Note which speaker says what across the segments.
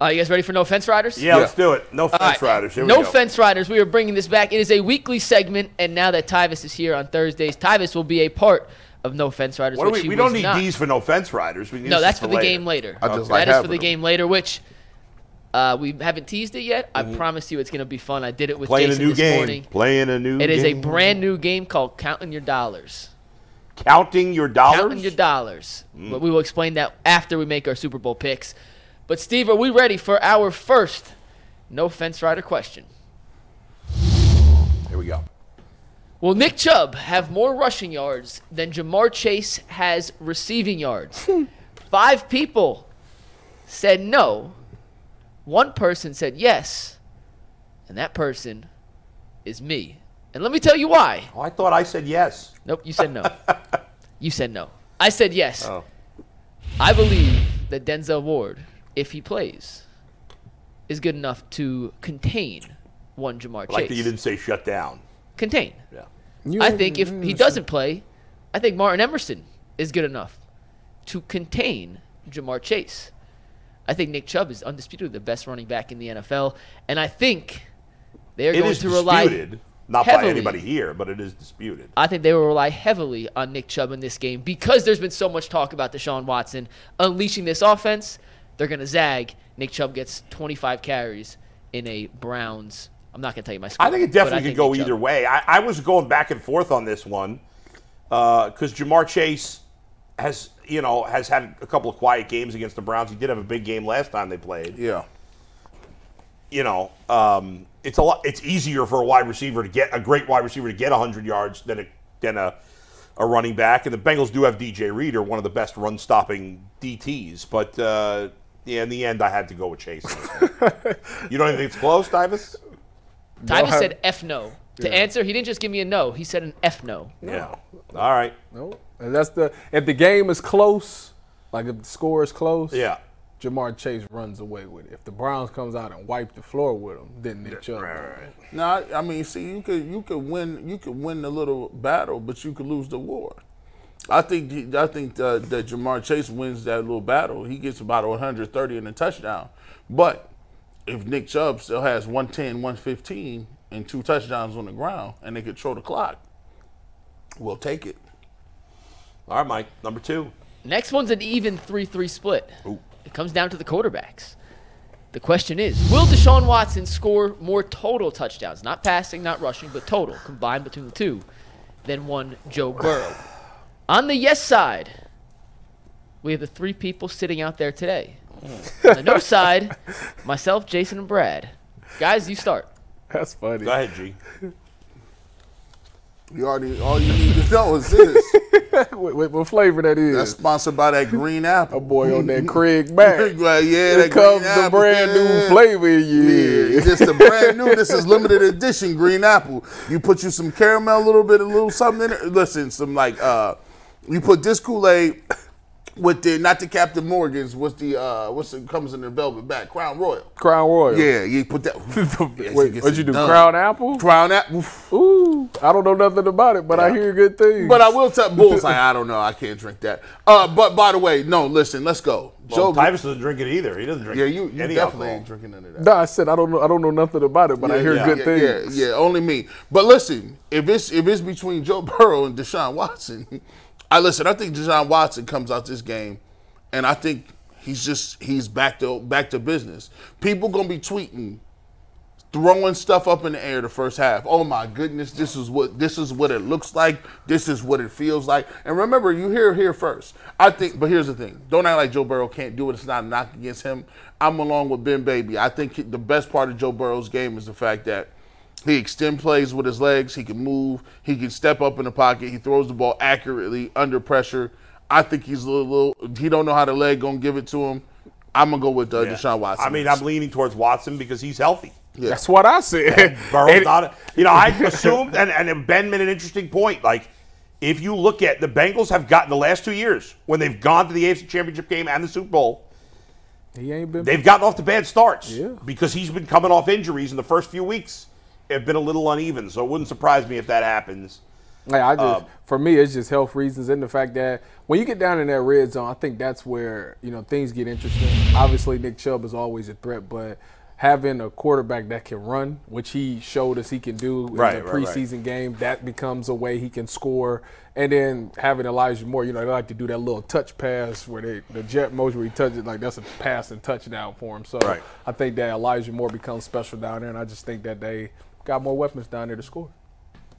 Speaker 1: Uh, you guys ready for No Fence Riders?
Speaker 2: Yeah,
Speaker 3: Yeah.
Speaker 2: let's do it. No fence
Speaker 1: All right.
Speaker 2: riders. Here
Speaker 1: no
Speaker 2: we go.
Speaker 1: fence riders. We are bringing this back. It is a weekly segment, and now that Tyvis is here on Thursdays, Tyvis will be a part of No Fence Riders.
Speaker 2: What do
Speaker 1: which
Speaker 2: we,
Speaker 1: he
Speaker 2: we don't
Speaker 1: was
Speaker 2: need
Speaker 1: not.
Speaker 2: these for no fence riders. We need
Speaker 1: No,
Speaker 2: this
Speaker 1: that's for the
Speaker 2: later.
Speaker 1: game later.
Speaker 3: I
Speaker 1: That
Speaker 3: just
Speaker 1: is
Speaker 3: like
Speaker 1: for
Speaker 3: having
Speaker 1: the
Speaker 3: them.
Speaker 1: game later, which uh, we haven't teased it yet. I promise you, it's going to be fun. I did it with
Speaker 2: Mm-hmm. Playing a
Speaker 1: Jason
Speaker 2: new
Speaker 1: this
Speaker 2: game.
Speaker 1: morning.
Speaker 2: Playing a new.
Speaker 1: It is a
Speaker 2: game.
Speaker 1: brand new game called Counting Your Dollars.
Speaker 2: Counting your dollars. Mm.
Speaker 1: Counting your dollars. But we will explain that after we make our Super Bowl picks. But Steve, are we ready for our first no fence rider question?
Speaker 2: Here we go.
Speaker 1: Will Nick Chubb have more rushing yards than Jamar Chase has receiving yards?
Speaker 2: Hmm.
Speaker 1: Five people said no. One person said yes. And that person is me. And let me tell you why.
Speaker 2: Oh, I thought I said yes.
Speaker 1: Nope, you said no. you said no. I said yes.
Speaker 2: Oh.
Speaker 1: I believe that Denzel Ward, if he plays, is good enough to contain one Jamar Chase.
Speaker 2: Like that you didn't say shut down.
Speaker 1: contain.
Speaker 2: Yeah.
Speaker 1: I think if he doesn't play, I think Martin Emerson is good enough to contain Jamar Chase. I think Nick Chubb is undisputedly the best running back in the NFL, and I think they are
Speaker 2: It
Speaker 1: going
Speaker 2: is
Speaker 1: to rely.
Speaker 2: disputed. Not by
Speaker 1: heavily-
Speaker 2: anybody here, but it is disputed.
Speaker 1: I think they will rely heavily on Nick Chubb in this game because there's been so much talk about Deshaun Watson unleashing this offense. They're going to zag. Nick Chubb gets 25 carries in a Browns. I'm not going to tell you my score.
Speaker 2: I think it
Speaker 1: but
Speaker 2: definitely
Speaker 1: think
Speaker 2: could go
Speaker 1: Nick Chubb-
Speaker 2: either way. I, I was going back and forth on this one because Jamar Chase has, you know, has had a couple of quiet games against the Browns. He did have a big game last time they played.
Speaker 3: Yeah.
Speaker 2: You know, um, it's a lot. It's easier for a wide receiver to get a great wide receiver to get 100 yards than a than a a running back. And the Bengals do have DJ Reader, one of the best run stopping DTs. But uh, yeah, in the end, I had to go with Chase. you don't even think it's close, Davis?
Speaker 1: Tyvus
Speaker 3: have-
Speaker 1: said F no. To answer, he didn't just give me a no. He said an F no.
Speaker 2: Yeah. All right.
Speaker 3: No. And that's the if the game is close, like if the score is close,
Speaker 2: Yeah.
Speaker 3: Jamar Chase runs away with it. If the Browns comes out and wipe the floor with him, then Nick Chubb.
Speaker 4: No, I, I mean, see, you could you could win you could win the little battle, but you could lose the war. I think he- I think that, that Jamar Chase wins that little battle. He gets about 130 in a touchdown, but if Nick Chubb still has 110, 115, and two touchdowns on the ground, and they control the clock, we'll take it.
Speaker 2: All right, Mike. Number two.
Speaker 1: Next one's an even 3 3 split. It comes down to the quarterbacks. The question is Will Deshaun Watson score more total touchdowns, not passing, not rushing, but total combined between the two, than one Joe Burrow? On the yes side, we have the three people sitting out there today. On the no side, myself, Jason, and Brad. Guys, you start.
Speaker 3: That's funny.
Speaker 2: Go ahead, G.
Speaker 4: You already all you need to know is this.
Speaker 3: What, what- what flavor that is?
Speaker 4: That's sponsored by that green apple.
Speaker 3: a boy on that Craig back.
Speaker 4: Well, yeah,
Speaker 3: Here
Speaker 4: that
Speaker 3: comes
Speaker 4: green
Speaker 3: the
Speaker 4: apple,
Speaker 3: brand new
Speaker 4: yeah.
Speaker 3: flavor.
Speaker 4: Yeah,
Speaker 3: Yeah.
Speaker 4: it's just a brand new. This is limited edition green apple. You put you some caramel, a little bit, a little something in it. Listen, some like uh, you put this Kool Aid with the not the Captain Morgan's. What's the uh, what's it comes in the velvet bag? Crown Royal.
Speaker 3: Crown Royal.
Speaker 4: Yeah, you put that. Yes, it
Speaker 3: Wait,
Speaker 4: gets
Speaker 3: what you
Speaker 4: it
Speaker 3: do?
Speaker 4: done.
Speaker 3: Crown Apple?
Speaker 4: Crown apple.
Speaker 3: Ooh, I don't know nothing about it, but I hear good things.
Speaker 4: But I will tell bullseye. I don't know. I can't drink that. Uh, but by the way, no. Listen, let's go.
Speaker 2: Well,
Speaker 4: Joe.
Speaker 2: Tyvus doesn't drink it either. He doesn't drink.
Speaker 4: Yeah, you, you
Speaker 2: any
Speaker 4: definitely
Speaker 2: alcohol.
Speaker 4: ain't drinking none of that.
Speaker 3: no, I said I don't know. I don't know nothing about it, but I hear
Speaker 4: yeah,
Speaker 3: good
Speaker 4: yeah,
Speaker 3: things.
Speaker 4: Yeah, yeah, only me. But listen, if it's if it's between Joe Burrow and Deshaun Watson, I listen. I think Deshaun Watson comes out this game, and I think he's just he's back to back to business. People gonna be tweeting, throwing stuff up in the air the first half. Oh my goodness, this is what this is what it looks like. This is what it feels like. And remember, you hear it here first. I think, but here's the thing: don't act like Joe Burrow can't do it. It's not a knock against him. I'm along with Ben Baby. I think he- the best part of Joe Burrow's game is the fact that. He extend plays with his legs. He can move. He can step up in the pocket. He throws the ball accurately under pressure. I think he's a little. little- he don't know how the leg gonna give it to him. I'm gonna go with uh,
Speaker 2: Yeah.
Speaker 4: Deshaun Watson.
Speaker 2: I mean, I'm leaning towards Watson because he's healthy.
Speaker 3: That's what I said.
Speaker 2: Burrow's
Speaker 3: And-
Speaker 2: not. A, you know, I assumed, and, and Ben made an interesting point. Like, if you look at the Bengals have gotten the last two years when they've gone to the AFC Championship game and the Super Bowl,
Speaker 3: he ain't been.
Speaker 2: they've gotten off to bad starts
Speaker 3: Yeah.
Speaker 2: because he's been coming off injuries in the first few weeks. Have been a little uneven, so it wouldn't surprise me if that happens.
Speaker 3: Like I
Speaker 2: Um,
Speaker 3: just, for me, it's just health reasons and the fact that when you get down in that red zone, I think that's where you know things get interesting. Obviously, Nick Chubb is always a threat, but having a quarterback that can run, which he showed us he can do in
Speaker 2: Right,
Speaker 3: the
Speaker 2: right, right.
Speaker 3: preseason game, that becomes a way he can score. And then having Elijah Moore, you know, they like to do that little touch pass where they the jet motion where he touches it, like that's a pass and touchdown for him. So
Speaker 2: Right.
Speaker 3: I think that Elijah Moore becomes special down there, and I just think that they got more weapons down there to score.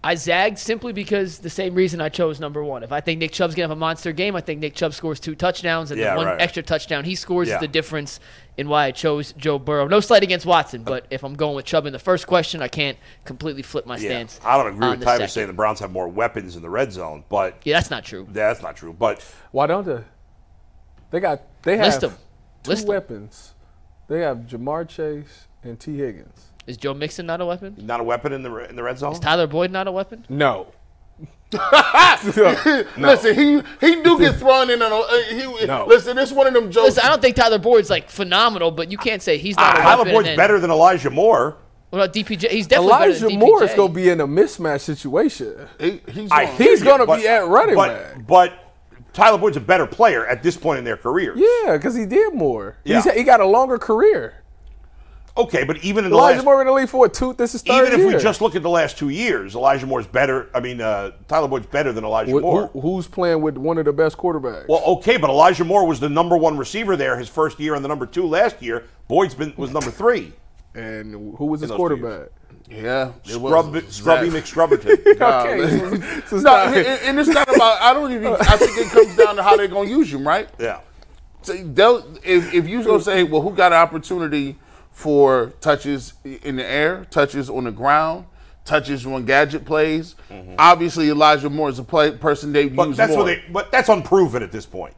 Speaker 1: I zagged simply because the same reason I chose number one. If I think Nick Chubb's gonna have a monster game, I think Nick Chubb scores two touchdowns, and
Speaker 2: Yeah,
Speaker 1: the one
Speaker 2: right.
Speaker 1: extra touchdown he scores
Speaker 2: Yeah.
Speaker 1: is the difference in why I chose Joe Burrow. No slight against Watson, but if I'm going with Chubb in the first question, I can't completely flip my
Speaker 2: Yeah.
Speaker 1: stance.
Speaker 2: I don't agree
Speaker 1: on
Speaker 2: with
Speaker 1: the
Speaker 2: Tyler
Speaker 1: second.
Speaker 2: saying the Browns have more weapons in the red zone, but
Speaker 1: Yeah, that's not true.
Speaker 2: that's not true. But
Speaker 3: Why don't they? They got they have
Speaker 1: List 'em.
Speaker 3: two
Speaker 1: List 'em.
Speaker 3: weapons. They have Jamar Chase and T Higgins.
Speaker 1: Is Joe Mixon not a weapon?
Speaker 2: not a weapon in the re- in the red zone.
Speaker 1: Is Tyler Boyd not a weapon?
Speaker 3: No.
Speaker 4: Listen, he he do get thrown in on. Uh, he
Speaker 3: No.
Speaker 4: listen. It's one of them jokes.
Speaker 1: Listen, I don't think Tyler Boyd's like phenomenal, but you can't say he's not a
Speaker 2: Ah, Tyler
Speaker 1: weapon.
Speaker 2: Boyd's
Speaker 1: and-
Speaker 2: better than Elijah Moore.
Speaker 1: What about DPJ? He's definitely better
Speaker 3: Elijah
Speaker 1: than
Speaker 3: Moore is
Speaker 1: DPJ.
Speaker 3: gonna be in a mismatch situation.
Speaker 4: He- he's
Speaker 2: I
Speaker 4: wrong.
Speaker 2: hear
Speaker 3: He's
Speaker 2: you,
Speaker 3: gonna
Speaker 2: but-
Speaker 3: be at running
Speaker 2: but,
Speaker 3: back.
Speaker 2: But Tyler Boyd's a better player at this point in their career.
Speaker 3: Yeah, because he did more.
Speaker 2: Yeah.
Speaker 3: He's, he got a longer career.
Speaker 2: Okay, but even in the
Speaker 3: Elijah
Speaker 2: last,
Speaker 3: Moore in the league for what, two. This is third
Speaker 2: even if
Speaker 3: year.
Speaker 2: we just look at the last two years, Elijah Moore's better. I mean, uh, Tyler Boyd's better than Elijah
Speaker 3: Wh-
Speaker 2: Moore.
Speaker 3: who- who's playing with one of the best quarterbacks?
Speaker 2: well, okay, but Elijah Moore was the number one receiver there his first year and the number two last year. Boyd's been was number three.
Speaker 3: and who was his
Speaker 2: those two years.
Speaker 3: quarterback?
Speaker 4: yeah, it was
Speaker 2: Scrub,
Speaker 4: a
Speaker 2: Scrubby
Speaker 4: disaster.
Speaker 2: McScrubberton.
Speaker 3: Okay, so- so it's
Speaker 4: No,
Speaker 3: not-
Speaker 4: and, and- and it's not about. I don't even. I think it comes down to how they're gonna use him, right?
Speaker 2: yeah.
Speaker 4: So they'll, if if you gonna say, well, who got an opportunity for touches in the air, touches on the ground, touches on gadget plays? Obviously, Elijah Moore is a play, person they've
Speaker 2: Mm-hmm. But
Speaker 4: used
Speaker 2: that's
Speaker 4: more.
Speaker 2: what they. But that's unproven at this point.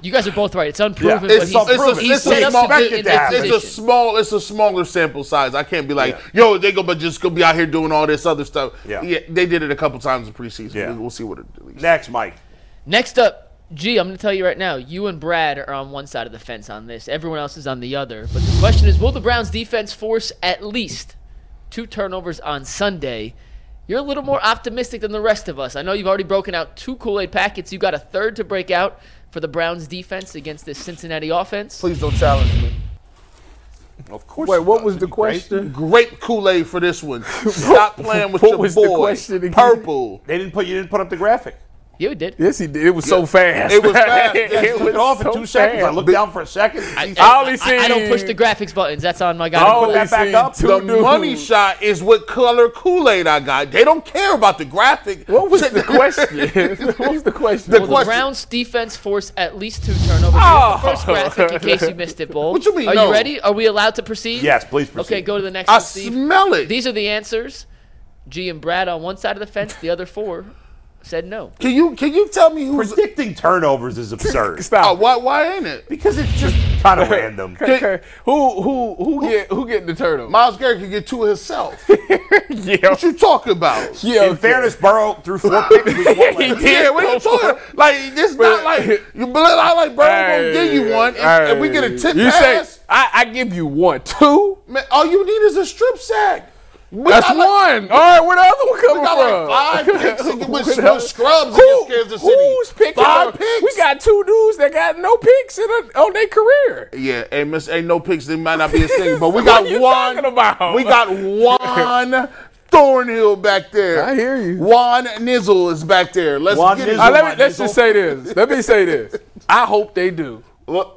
Speaker 1: You guys are both right. It's unproven,
Speaker 2: Yeah.
Speaker 1: but
Speaker 4: it's,
Speaker 1: he's,
Speaker 4: a, it's, a,
Speaker 1: he's
Speaker 4: it's, a
Speaker 1: set up
Speaker 4: small,
Speaker 1: to be
Speaker 2: expected
Speaker 1: in
Speaker 2: to
Speaker 1: that
Speaker 2: happen.
Speaker 4: it's a
Speaker 1: position.
Speaker 4: small, it's a smaller sample size. I can't be like,
Speaker 2: Yeah.
Speaker 4: yo, they go, but just gonna be out here doing all this other stuff.
Speaker 2: Yeah.
Speaker 4: they did it a couple times in preseason.
Speaker 2: Yeah.
Speaker 4: We, will see what it. At least.
Speaker 2: Next, Mike.
Speaker 1: Next up, G, I'm going to tell you right now, you and Brad are on one side of the fence on this. Everyone else is on the other. But the question is, will the Browns defense force at least two turnovers on Sunday? You're a little more optimistic than the rest of us. I know you've already broken out two Kool-Aid packets. You got a third to break out for the Browns defense against this Cincinnati offense.
Speaker 4: Please don't challenge me.
Speaker 2: Of course.
Speaker 3: Wait,
Speaker 2: he
Speaker 3: what
Speaker 2: does.
Speaker 3: was the
Speaker 2: It'd be great.
Speaker 3: question?
Speaker 4: Grape Kool Aid for this one. Stop playing with
Speaker 3: What
Speaker 4: your
Speaker 3: was the
Speaker 4: boy.
Speaker 3: question again?
Speaker 4: Purple.
Speaker 2: They didn't put. You didn't put up the graphic.
Speaker 1: Yeah, we did.
Speaker 3: Yes, he did. It was so fast.
Speaker 4: It was fast.
Speaker 3: It
Speaker 4: Yes,
Speaker 2: It took
Speaker 3: was
Speaker 2: it off in
Speaker 3: so
Speaker 2: two seconds. I
Speaker 3: fast.
Speaker 2: looked down for a second.
Speaker 1: I,
Speaker 3: I only
Speaker 1: I- I don't
Speaker 3: seen-
Speaker 1: push the graphics buttons. That's on my guy.
Speaker 3: I only
Speaker 2: that back
Speaker 3: Oh, seen
Speaker 2: up.
Speaker 3: two
Speaker 4: The
Speaker 3: dudes.
Speaker 4: money shot is what color Kool Aid I got. They don't care about the graphic.
Speaker 3: What was the question? what was the question?
Speaker 4: The
Speaker 1: Will the
Speaker 4: question-
Speaker 1: Browns defense force at least two turnovers?
Speaker 3: Oh.
Speaker 1: Here's the first graphic, in case you missed it, Bull.
Speaker 4: What you mean,
Speaker 1: Are
Speaker 4: no?
Speaker 1: you ready? Are we allowed to proceed?
Speaker 2: Yes, please proceed.
Speaker 1: Okay, go to the next
Speaker 4: I
Speaker 1: one, Steve.
Speaker 4: smell it.
Speaker 1: These are the answers. G and Brad on one side of the fence. The other four said no.
Speaker 4: Can you can you tell me who's
Speaker 2: Predicting turnovers is absurd
Speaker 4: uh,
Speaker 3: Stop.
Speaker 4: why why ain't it?
Speaker 2: because it's just kind of random.
Speaker 3: Okay. Who who who get who get the turtle?
Speaker 4: Miles Garrett can get two himself.
Speaker 3: yeah.
Speaker 4: what you talking about?
Speaker 3: yeah.
Speaker 2: In fairness, Burrow threw four picks. week one last
Speaker 3: He did.
Speaker 2: year.
Speaker 4: Yeah, what you talking? Like it's not
Speaker 3: But-
Speaker 4: like you. But I like Burrow gonna give you one, and, and we get a tip
Speaker 3: You
Speaker 4: pass.
Speaker 3: say I, I give you one, two.
Speaker 4: man, all you need is a strip sack. We
Speaker 3: That's
Speaker 4: got
Speaker 3: one.
Speaker 4: like-
Speaker 3: All right, where the other one
Speaker 4: We
Speaker 3: coming
Speaker 4: got
Speaker 3: from?
Speaker 4: like five picks and with
Speaker 3: Where the-
Speaker 4: no scrubs
Speaker 3: Who-
Speaker 4: against Kansas City.
Speaker 3: Who's picking?
Speaker 4: Five
Speaker 3: up?
Speaker 4: picks.
Speaker 3: We got two dudes that got no picks in a, on their career.
Speaker 4: Yeah, ain't miss ain't no picks. They might not be a thing, but we
Speaker 3: What
Speaker 4: got
Speaker 3: you
Speaker 4: one.
Speaker 3: talking about?
Speaker 4: We got one Thornhill back there.
Speaker 3: I hear you.
Speaker 4: Juan Nizzle is back there. Let's
Speaker 2: Juan
Speaker 4: get it.
Speaker 2: Nizzle.
Speaker 3: Uh, let me, let's
Speaker 2: Diesel.
Speaker 3: just say this. Let me say this. I hope they do.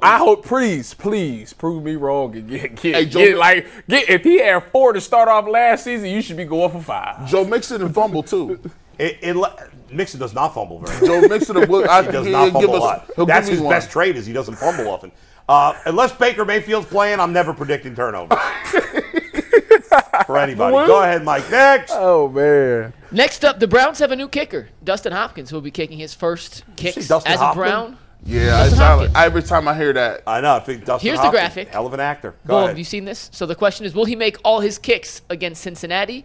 Speaker 3: I hope, please, please, prove me wrong and get, get,
Speaker 4: Hey, Joe-
Speaker 3: get like get. If he had four to start off last season, you should be going for five.
Speaker 4: Joe Mixon and fumble too.
Speaker 2: It- it le- Mixon does not fumble very. much.
Speaker 4: Joe Mixon and I,
Speaker 2: He does
Speaker 4: he'll
Speaker 2: not
Speaker 4: give
Speaker 2: fumble a
Speaker 4: us-
Speaker 2: lot.
Speaker 4: he'll
Speaker 2: That's
Speaker 4: give me
Speaker 2: his
Speaker 4: one.
Speaker 2: best trait is he doesn't fumble often. Uh, unless Baker Mayfield's playing, I'm never predicting turnovers for anybody. Go ahead, Mike. Next.
Speaker 3: Oh man,
Speaker 1: Next up, the Browns have a new kicker, Dustin Hopkins, who will be kicking his first kicks as
Speaker 2: Dustin
Speaker 1: a
Speaker 2: Hoffman?
Speaker 1: Brown.
Speaker 4: Yeah, I
Speaker 1: Dustin
Speaker 4: sound
Speaker 1: Hopkins.
Speaker 4: like- every time I hear that,
Speaker 2: I know. I think Dustin
Speaker 1: Here's the
Speaker 2: Hopkins,
Speaker 1: graphic.
Speaker 2: Hell of an actor. Go
Speaker 1: Bull,
Speaker 2: ahead.
Speaker 1: have you seen this? So the question is, will he make all his kicks against Cincinnati?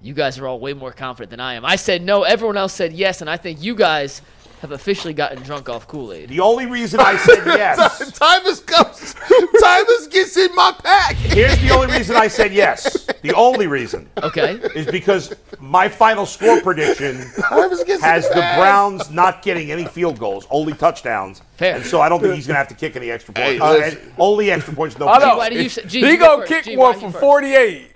Speaker 1: You guys are all way more confident than I am. I said no. Everyone else said yes, and I think you guys have officially gotten drunk off Kool Aid.
Speaker 2: the only reason I said yes.
Speaker 4: Tyvus comes. Tyvus gets in my pack.
Speaker 2: Here's the only reason I said yes. The only reason
Speaker 1: Okay.
Speaker 2: is because my final score prediction
Speaker 4: was against
Speaker 2: has
Speaker 4: the
Speaker 2: the Browns not getting any field goals, only touchdowns.
Speaker 1: Fair.
Speaker 2: And so I don't think he's going to have to kick any extra
Speaker 4: Hey,
Speaker 2: points. Uh,
Speaker 4: listen.
Speaker 2: and only extra points, no
Speaker 3: I know.
Speaker 1: why do you
Speaker 3: If
Speaker 1: say- Gee,
Speaker 3: he
Speaker 1: you go
Speaker 3: gonna
Speaker 1: first.
Speaker 3: kick
Speaker 1: Gee, why
Speaker 3: one
Speaker 1: you
Speaker 3: from
Speaker 1: first?
Speaker 3: 48.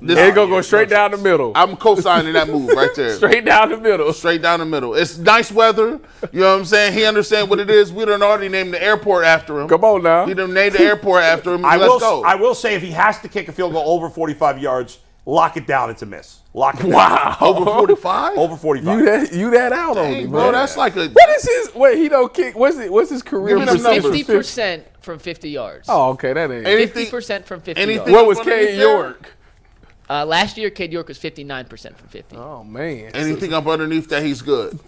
Speaker 4: This-
Speaker 3: They gonna go straight down the middle.
Speaker 4: I'm co-signing that move right there.
Speaker 3: straight down the middle.
Speaker 4: straight down the middle. It's nice weather. You know what I'm saying? He understand what it is. We done already named the airport after him.
Speaker 3: Come on now.
Speaker 4: We done named the airport after him.
Speaker 2: I
Speaker 4: Let's
Speaker 2: will,
Speaker 4: go.
Speaker 2: I will say if he has to kick a field goal over 45 yards, lock it down. It's a miss. Lock it down.
Speaker 3: Wow.
Speaker 4: Over 45?
Speaker 2: Over 45.
Speaker 3: You that you that out on
Speaker 4: Dang,
Speaker 3: him,
Speaker 4: bro,
Speaker 3: man.
Speaker 4: that's like a.
Speaker 3: What is his? Wait, he don't kick. What's it? What's his career?
Speaker 4: Give me them
Speaker 3: percentage?
Speaker 4: numbers.
Speaker 1: Fifty percent from fifty yards.
Speaker 3: Oh, okay, that ain't.
Speaker 4: Any-
Speaker 1: Fifty percent from fifty
Speaker 4: anything-
Speaker 1: yards.
Speaker 3: what was
Speaker 4: One of these
Speaker 3: K
Speaker 4: there?
Speaker 3: York?
Speaker 1: Uh, last year, Cade York was fifty nine percent from fifty.
Speaker 3: Oh man,
Speaker 4: Anything up underneath that, he's good.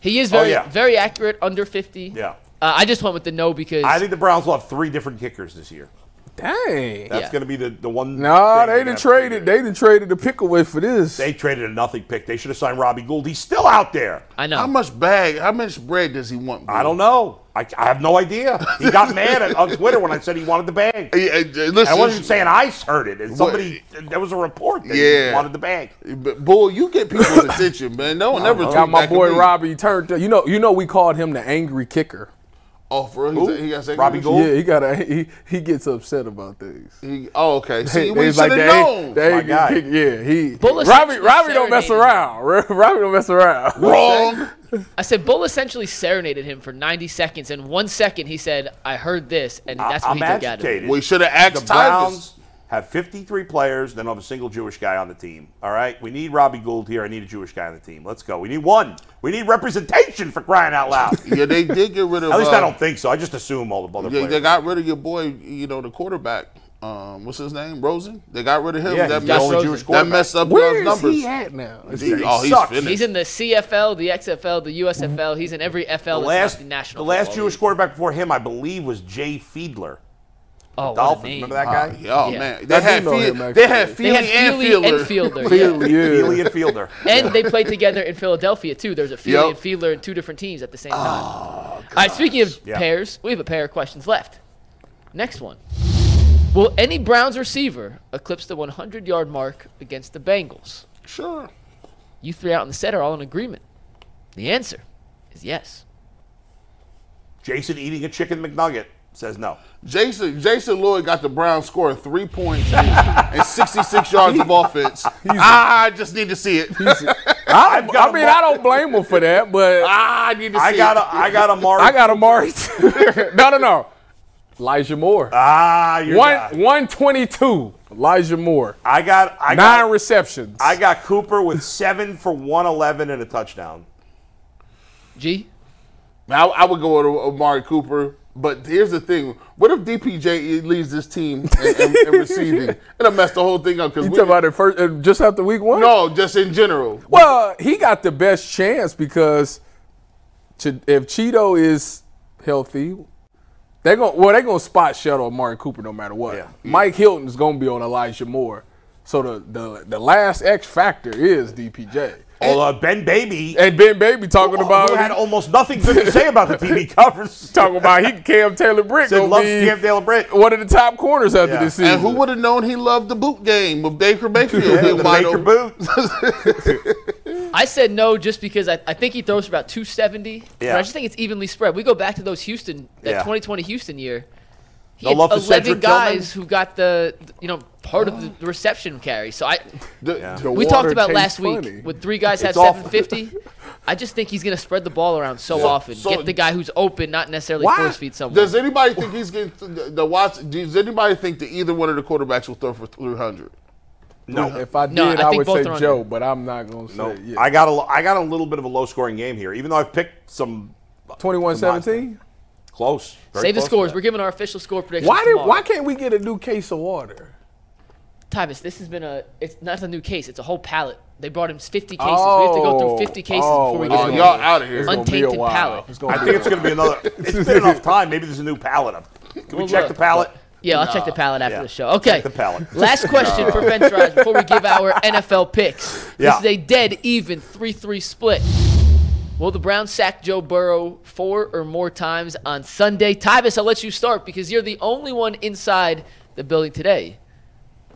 Speaker 1: He is very,
Speaker 2: yeah.
Speaker 1: very accurate under fifty.
Speaker 2: Yeah.
Speaker 1: Uh, I just went with the no because
Speaker 2: I think the Browns will have three different kickers this year.
Speaker 3: dang.
Speaker 2: That's
Speaker 1: Yeah.
Speaker 2: going to be the, the one.
Speaker 3: Nah,
Speaker 2: thing
Speaker 3: they
Speaker 2: they
Speaker 3: done
Speaker 2: have to figure
Speaker 3: traded. They done traded the pick away for this.
Speaker 2: They traded a nothing pick. They should have signed Robbie Gould. He's still out there.
Speaker 1: I know.
Speaker 4: How much bag, how much bread does he want? Bro?
Speaker 2: I don't know. I, I have no idea. He got mad at, on Twitter when I said he wanted the bag.
Speaker 4: Hey, hey, hey, listen,
Speaker 2: I wasn't saying I heard it. And somebody, there was a report that he
Speaker 4: Yeah.
Speaker 2: wanted the bag.
Speaker 4: But boy, you get people's attention, man. No one ever
Speaker 3: Got
Speaker 4: tweet
Speaker 3: my
Speaker 4: back at
Speaker 3: boy
Speaker 4: me.
Speaker 3: Robbie turned. You know, you know, we called him the angry kicker.
Speaker 4: Oh, for real?
Speaker 2: Who?
Speaker 4: He, he got second
Speaker 2: Robbie
Speaker 4: division?
Speaker 2: Gould?
Speaker 3: Yeah, he got a he. He gets upset about things.
Speaker 4: He- oh, okay. See,
Speaker 3: They-
Speaker 4: we
Speaker 3: it's
Speaker 4: should have
Speaker 3: the ang-
Speaker 4: known.
Speaker 3: the angry
Speaker 2: guy.
Speaker 3: kicker. Yeah, he.
Speaker 1: Bull
Speaker 3: Robbie,
Speaker 1: essentially
Speaker 3: Robbie don't mess
Speaker 1: serenaded him.
Speaker 3: around. Robbie don't mess around.
Speaker 4: Wrong.
Speaker 1: I said Bull essentially serenaded him for 90 seconds, and one second he said, "I heard this," and that's what
Speaker 2: I'm
Speaker 1: he took out of it.
Speaker 2: agitated.
Speaker 4: We should have
Speaker 2: the
Speaker 4: asked Tyrus.
Speaker 2: Browns have 53 players. They don't have a single Jewish guy on the team. All right, we need Robbie Gould here. I need a Jewish guy on the team. Let's go. We need one. We need representation for crying out loud.
Speaker 4: Yeah, they did get rid of.
Speaker 2: At least
Speaker 4: uh,
Speaker 2: I don't think so. I just assume all the other
Speaker 4: They,
Speaker 2: players.
Speaker 4: they got rid of your boy, you know, the quarterback. Um, what's his name? Rosen. They got rid of him.
Speaker 2: yeah,
Speaker 4: that,
Speaker 2: he's the
Speaker 1: Josh
Speaker 2: only
Speaker 1: Rosen.
Speaker 2: Jewish
Speaker 4: that
Speaker 2: quarterback.
Speaker 4: messed up
Speaker 3: Where
Speaker 4: your
Speaker 3: is
Speaker 4: numbers.
Speaker 3: he at now? Is he-
Speaker 4: He- oh, he's
Speaker 2: sucks.
Speaker 4: finished.
Speaker 1: He's in the CFL, the XFL, the USFL. He's in every FL.
Speaker 2: the
Speaker 1: that's
Speaker 2: last,
Speaker 1: not the national.
Speaker 2: the last
Speaker 1: football
Speaker 2: Jewish
Speaker 1: league.
Speaker 2: quarterback before him, I believe, was Jay Fiedler.
Speaker 1: Oh, what a
Speaker 2: Dolphins.
Speaker 1: name.
Speaker 2: Remember that guy?
Speaker 4: Yeah, oh
Speaker 1: Yeah.
Speaker 4: man,
Speaker 3: I
Speaker 4: they
Speaker 3: do
Speaker 4: had,
Speaker 3: know
Speaker 4: Fe-
Speaker 3: him, actually.
Speaker 4: they had
Speaker 1: They
Speaker 4: Feely
Speaker 1: had
Speaker 4: and
Speaker 1: Feely
Speaker 4: Fielder.
Speaker 1: and Fielder. yeah.
Speaker 3: Field,
Speaker 2: Feely
Speaker 3: yeah.
Speaker 2: and Fielder.
Speaker 1: And they played together in Philadelphia too. There's a Feely
Speaker 4: Yep.
Speaker 1: and Fielder in two different teams at the same time. All right, speaking of
Speaker 2: Oh, Yeah.
Speaker 1: pairs, we have a pair of questions left. Next one. Will any Browns receiver eclipse the 100 yard mark against the Bengals?
Speaker 4: Sure.
Speaker 1: You three out in the set are all in agreement. The answer is yes.
Speaker 2: Jason eating a chicken McNugget says no.
Speaker 4: Jason Jason Lloyd got the Browns scoring three points and- and 66 yards of offense. Ah, I just need to see it.
Speaker 3: I,
Speaker 2: I've got
Speaker 3: I mean,
Speaker 2: him-
Speaker 3: I don't blame him for that, but I,
Speaker 4: Ah, I need to see
Speaker 2: I got
Speaker 4: it.
Speaker 2: a, I got a mark.
Speaker 3: got Amari. no, no, no. Elijah Moore.
Speaker 2: ah, you're
Speaker 3: One
Speaker 2: not.
Speaker 3: 122. Elijah Moore.
Speaker 2: I got I
Speaker 3: Nine
Speaker 2: got
Speaker 3: receptions.
Speaker 2: I got Cooper with seven for 111 and a touchdown.
Speaker 1: G?
Speaker 4: I, I would go with Amari Cooper, but here's the thing: what if DPJ leads this team in, in, in receiving? It'll mess the whole thing up
Speaker 3: you
Speaker 4: because
Speaker 3: talking about it first, uh, just after week one?
Speaker 4: no, just in general.
Speaker 3: Well, he got the best chance because Ch- if Cheeto is healthy, they're going well, they're gonna spot shuttle Amari Cooper no matter what.
Speaker 2: Yeah.
Speaker 3: Mike Hilton's gonna be on Elijah Moore. So the the, the last X factor is DPJ.
Speaker 2: Although Ben Baby,
Speaker 3: And Ben Baby talking about
Speaker 2: who had almost nothing good to say about the TV covers,
Speaker 3: talking about he Cam Taylor Brick
Speaker 2: said
Speaker 3: gonna
Speaker 2: loves
Speaker 3: be
Speaker 2: Cam Dale Britt.
Speaker 3: one of the top corners after
Speaker 2: Yeah.
Speaker 3: this season.
Speaker 4: And who would have known he loved the boot game with Baker Mayfield? He
Speaker 2: The
Speaker 4: wide
Speaker 2: Baker
Speaker 4: open.
Speaker 2: boot.
Speaker 1: I said no just because I, I think he throws for about 270. But
Speaker 2: Yeah.
Speaker 1: I just think it's evenly spread. We go back to those Houston, that
Speaker 2: Yeah.
Speaker 1: 2020 Houston year. He
Speaker 2: No
Speaker 1: had
Speaker 2: love for
Speaker 1: 11
Speaker 2: Cedric
Speaker 1: guys who got the, you know, part of the, the reception carry. So I,
Speaker 4: The- the-
Speaker 1: we
Speaker 3: Water
Speaker 1: talked about
Speaker 3: tastes
Speaker 1: last
Speaker 3: funny.
Speaker 1: week with three guys had
Speaker 2: It's awful.
Speaker 1: 750. I just think he's going to spread the ball around so often.
Speaker 4: so-
Speaker 1: Get the guy who's open, not necessarily
Speaker 3: Why
Speaker 1: force feed someone.
Speaker 4: Does anybody think he's getting the, the watch? Does anybody think that either one of the quarterbacks will throw for 300?
Speaker 2: No,
Speaker 3: if I did,
Speaker 1: No, I
Speaker 3: I,
Speaker 1: think
Speaker 3: would
Speaker 1: both
Speaker 3: say
Speaker 1: are on
Speaker 3: Joe,
Speaker 1: there.
Speaker 3: but I'm not gonna say
Speaker 2: no.
Speaker 3: yeah.
Speaker 2: I got a, I got a little bit of a low scoring game here, even though I've picked some uh,
Speaker 3: 21-17?
Speaker 2: close. very
Speaker 1: Say the
Speaker 2: close
Speaker 1: scores.
Speaker 2: to
Speaker 1: We're giving our official score predictions.
Speaker 3: Why did
Speaker 1: tomorrow.
Speaker 3: why can't we get a new case of water?
Speaker 1: Tyvus, this has been a it's not a new case, it's a that. pallet. They brought him 50 cases. we have to go
Speaker 3: Oh,
Speaker 1: through 50 cases
Speaker 3: oh,
Speaker 1: before we
Speaker 3: well,
Speaker 1: get to
Speaker 4: Oh,
Speaker 3: gonna
Speaker 1: the
Speaker 3: be-
Speaker 4: y'all out of here.
Speaker 3: It's gonna be a
Speaker 1: Untainted
Speaker 3: while.
Speaker 1: palate.
Speaker 3: It's
Speaker 2: that.
Speaker 3: gonna
Speaker 2: I
Speaker 3: be
Speaker 2: think
Speaker 3: a
Speaker 2: it's going to be another. It's been enough time. Maybe there's a new palette up. Can we
Speaker 1: Well,
Speaker 2: check
Speaker 1: look.
Speaker 2: the palette?
Speaker 1: Yeah, I'll check the palette after
Speaker 2: Yeah.
Speaker 1: the show. Okay.
Speaker 2: the palette.
Speaker 1: Last question for Fence Rise before we give our NFL picks. This
Speaker 2: Yeah.
Speaker 1: is a dead even 3 3 split. Will the Browns sack Joe Burrow four or more times on Sunday? Tyvus, I'll let you start because you're the only one inside the building today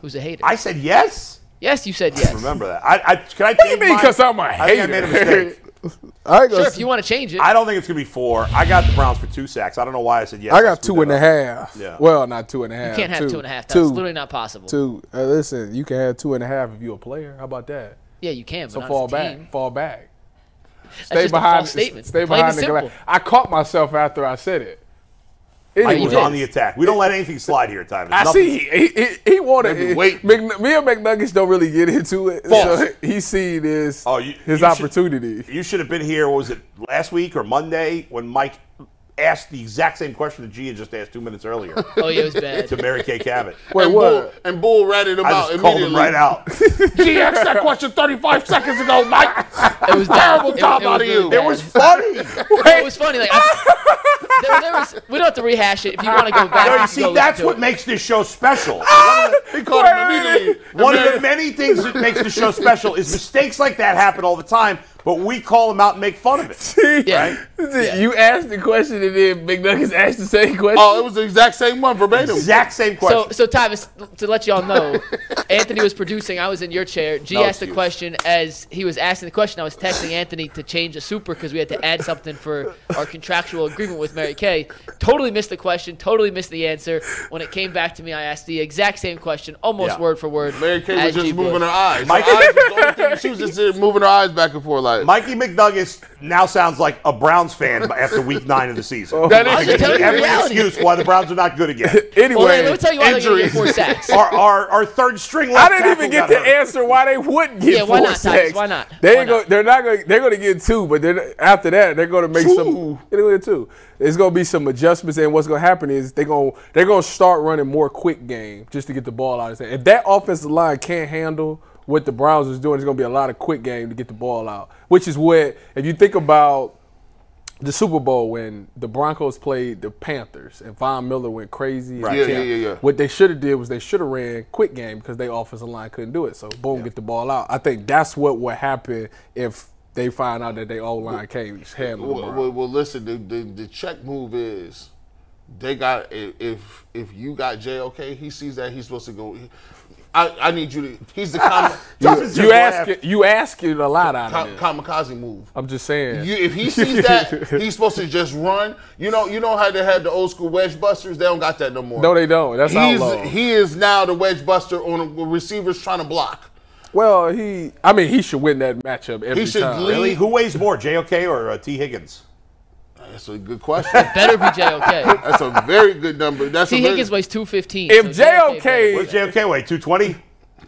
Speaker 1: who's a hater.
Speaker 2: I said yes.
Speaker 1: Yes, you said yes.
Speaker 2: Remember that. I, I can I
Speaker 3: do you
Speaker 2: change
Speaker 3: mean,
Speaker 2: mine?
Speaker 3: 'cause I'm a
Speaker 2: I think I made a
Speaker 3: hater?
Speaker 2: mistake.
Speaker 5: I ain't gonna
Speaker 1: Sure,
Speaker 5: s-
Speaker 1: if you want to change it.
Speaker 2: I don't think it's gonna be four. I got the Browns for two sacks. I don't know why I said yes.
Speaker 5: I got two and a
Speaker 2: half.
Speaker 5: half.
Speaker 2: Yeah.
Speaker 3: Well, not two and a half.
Speaker 1: can't have
Speaker 5: two.
Speaker 1: two and a half. That's
Speaker 5: Two.
Speaker 1: literally not possible.
Speaker 5: Two. Uh, listen, you can have two and a half.
Speaker 3: If you a player, how about that?
Speaker 1: Yeah, you can, but
Speaker 3: So
Speaker 1: not
Speaker 3: fall
Speaker 1: as a team.
Speaker 3: back. Fall back.
Speaker 1: That's just a false statement.
Speaker 3: Stay
Speaker 1: Plain
Speaker 3: behind
Speaker 1: and
Speaker 3: the glass.
Speaker 1: simple.
Speaker 3: I caught myself after I said it.
Speaker 2: I
Speaker 3: Anyway,
Speaker 2: was
Speaker 1: did.
Speaker 2: on the attack. We don't let anything slide here, time.
Speaker 3: I see he he, he wanted
Speaker 4: Maybe
Speaker 3: it.
Speaker 4: wait.
Speaker 3: Mc- me and McNuggets don't really get into it. So he see this
Speaker 2: Oh, you-
Speaker 3: his
Speaker 2: you should-
Speaker 3: opportunity.
Speaker 2: You should have been here. What was it last week or Monday when Mike asked the exact same question that Gia just asked two minutes earlier
Speaker 1: Oh, yeah, it was bad.
Speaker 2: to Mary Kay Cabot?
Speaker 3: Wait,
Speaker 4: and Bull,
Speaker 3: what?
Speaker 4: and Bull ratted him
Speaker 2: I
Speaker 4: out
Speaker 2: just called
Speaker 4: immediately.
Speaker 2: him right out.
Speaker 4: He asked that question 35 seconds ago, Mike.
Speaker 1: It was bad.
Speaker 4: Terrible
Speaker 1: It-
Speaker 4: job
Speaker 1: it was
Speaker 4: out of
Speaker 1: really
Speaker 4: you.
Speaker 1: bad.
Speaker 2: It was funny.
Speaker 1: It was funny. Like, I, there, there was, we don't have to rehash it. If you want to go back,
Speaker 2: No, you
Speaker 1: can go
Speaker 2: see, that's
Speaker 1: to
Speaker 2: what
Speaker 1: it.
Speaker 2: makes this show special.
Speaker 4: He called him immediately.
Speaker 2: One of the many things that makes the show special is mistakes like that happen all the time, but we call them out and make fun of it.
Speaker 1: Yeah.
Speaker 3: You asked the question and then McNuggets asked the same question.
Speaker 4: Oh, it was the exact same one verbatim.
Speaker 2: Exact same
Speaker 1: So,
Speaker 2: question.
Speaker 1: so Thomas, to let y'all know, Anthony was producing. I was in your chair. G
Speaker 2: No
Speaker 1: asked the
Speaker 2: excuse.
Speaker 1: question as he was asking the question. I was texting Anthony to change a super because we had to add something for our contractual agreement with Mary Kay. Totally missed the question. Totally missed the answer. When it came back to me, I asked the exact same question, almost
Speaker 2: Yeah.
Speaker 1: word for word.
Speaker 4: Mary Kay
Speaker 1: as
Speaker 4: was
Speaker 1: G
Speaker 4: just moving
Speaker 1: Bush.
Speaker 4: her eyes.
Speaker 2: Mike-
Speaker 4: Her eyes was the only thing- she was just there moving her eyes back and forth like.
Speaker 2: Mikey McNuggets now sounds like a Browns fan after week nine of the
Speaker 3: Oh
Speaker 2: season.
Speaker 4: That
Speaker 1: I
Speaker 4: is
Speaker 1: was just telling you the
Speaker 2: Every
Speaker 1: reality.
Speaker 2: excuse why the Browns are not good again.
Speaker 3: anyway,
Speaker 1: Well, let me tell you why they get
Speaker 4: injuries.
Speaker 1: four sacks.
Speaker 2: Our, our, our third string
Speaker 3: I
Speaker 2: left
Speaker 3: didn't even get
Speaker 2: tackle got
Speaker 3: to
Speaker 2: hurt.
Speaker 3: answer why they wouldn't get
Speaker 1: Yeah,
Speaker 3: four
Speaker 1: why not, Tyus?
Speaker 3: sacks.
Speaker 1: Why not?
Speaker 3: They
Speaker 1: Why
Speaker 3: go,
Speaker 1: not?
Speaker 3: they're not going. They're going to get two, but they're, after that, they're going to make some. They're going to get two. There's going to be some adjustments, and what's going to happen is they're going to they're going to start running more quick game just to get the ball out of his hand. If that offensive line can't handle what the Browns is doing, it's going to be a lot of quick game to get the ball out, which is what if you think about the Super Bowl when the Broncos played the Panthers and Von Miller went crazy.
Speaker 2: Right.
Speaker 4: Yeah,
Speaker 3: And
Speaker 4: yeah, yeah, yeah.
Speaker 3: What they should have did was they should have ran quick game because they offensive line couldn't do it. So boom, get the ball out. I think that's what would happen if they find out that they O line can't handle the
Speaker 4: Well,
Speaker 3: ball.
Speaker 4: well, well, listen. The, the the check move is they got i- if if you got JOK, he sees that he's supposed to go. I, I need you to. He's the kami-
Speaker 2: Thompson said
Speaker 3: You
Speaker 2: one
Speaker 3: ask
Speaker 2: half.
Speaker 3: it, you ask it a lot out
Speaker 4: ka-
Speaker 3: of it.
Speaker 4: kamikaze move.
Speaker 3: I'm just saying.
Speaker 4: You, if he sees that, he's supposed to just run. You know, you know how they had the old school wedge busters. They don't got that no more.
Speaker 3: no, they don't. That's outlaw.
Speaker 4: He's, he is now the wedge buster on a, receivers trying to block.
Speaker 3: well, he. I mean, he should win that matchup every
Speaker 4: should
Speaker 3: time.
Speaker 4: lead-
Speaker 2: Really? Who weighs more, JOK or uh, T. Higgins?
Speaker 4: That's a good question.
Speaker 1: Better be JOK.
Speaker 4: That's a very good number. That's
Speaker 1: T
Speaker 4: a very,
Speaker 1: Higgins weighs two fifteen.
Speaker 3: If JOK
Speaker 2: What does JOK weigh? 220?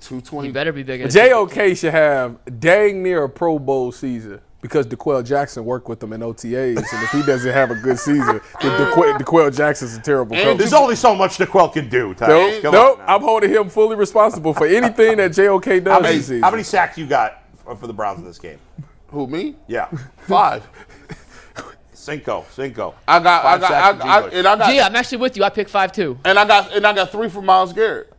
Speaker 4: 220.
Speaker 1: better be bigger. than
Speaker 3: JOK should have dang near a Pro Bowl season because DeQuell Jackson worked with him in OTAs, and if he doesn't have a good season, then DeQuell, DeQuell Jackson's a terrible
Speaker 4: And
Speaker 3: coach.
Speaker 2: There's only so much DeQuell can do, Tyler.
Speaker 3: Nope, nope. I'm holding him fully responsible for anything that JOK does
Speaker 2: how,
Speaker 3: this
Speaker 2: many,
Speaker 3: season.
Speaker 2: how many sacks you got for for the Browns in this game?
Speaker 4: Who me?
Speaker 2: Yeah.
Speaker 4: Five.
Speaker 2: Cinco. Cinco.
Speaker 4: I got, I
Speaker 2: Five
Speaker 4: got,
Speaker 2: sacks
Speaker 4: I, I,
Speaker 2: for G-Bush.
Speaker 4: and I got,
Speaker 1: G, I'm actually with you. I picked five two.
Speaker 4: and I got, and I got three for Miles Garrett.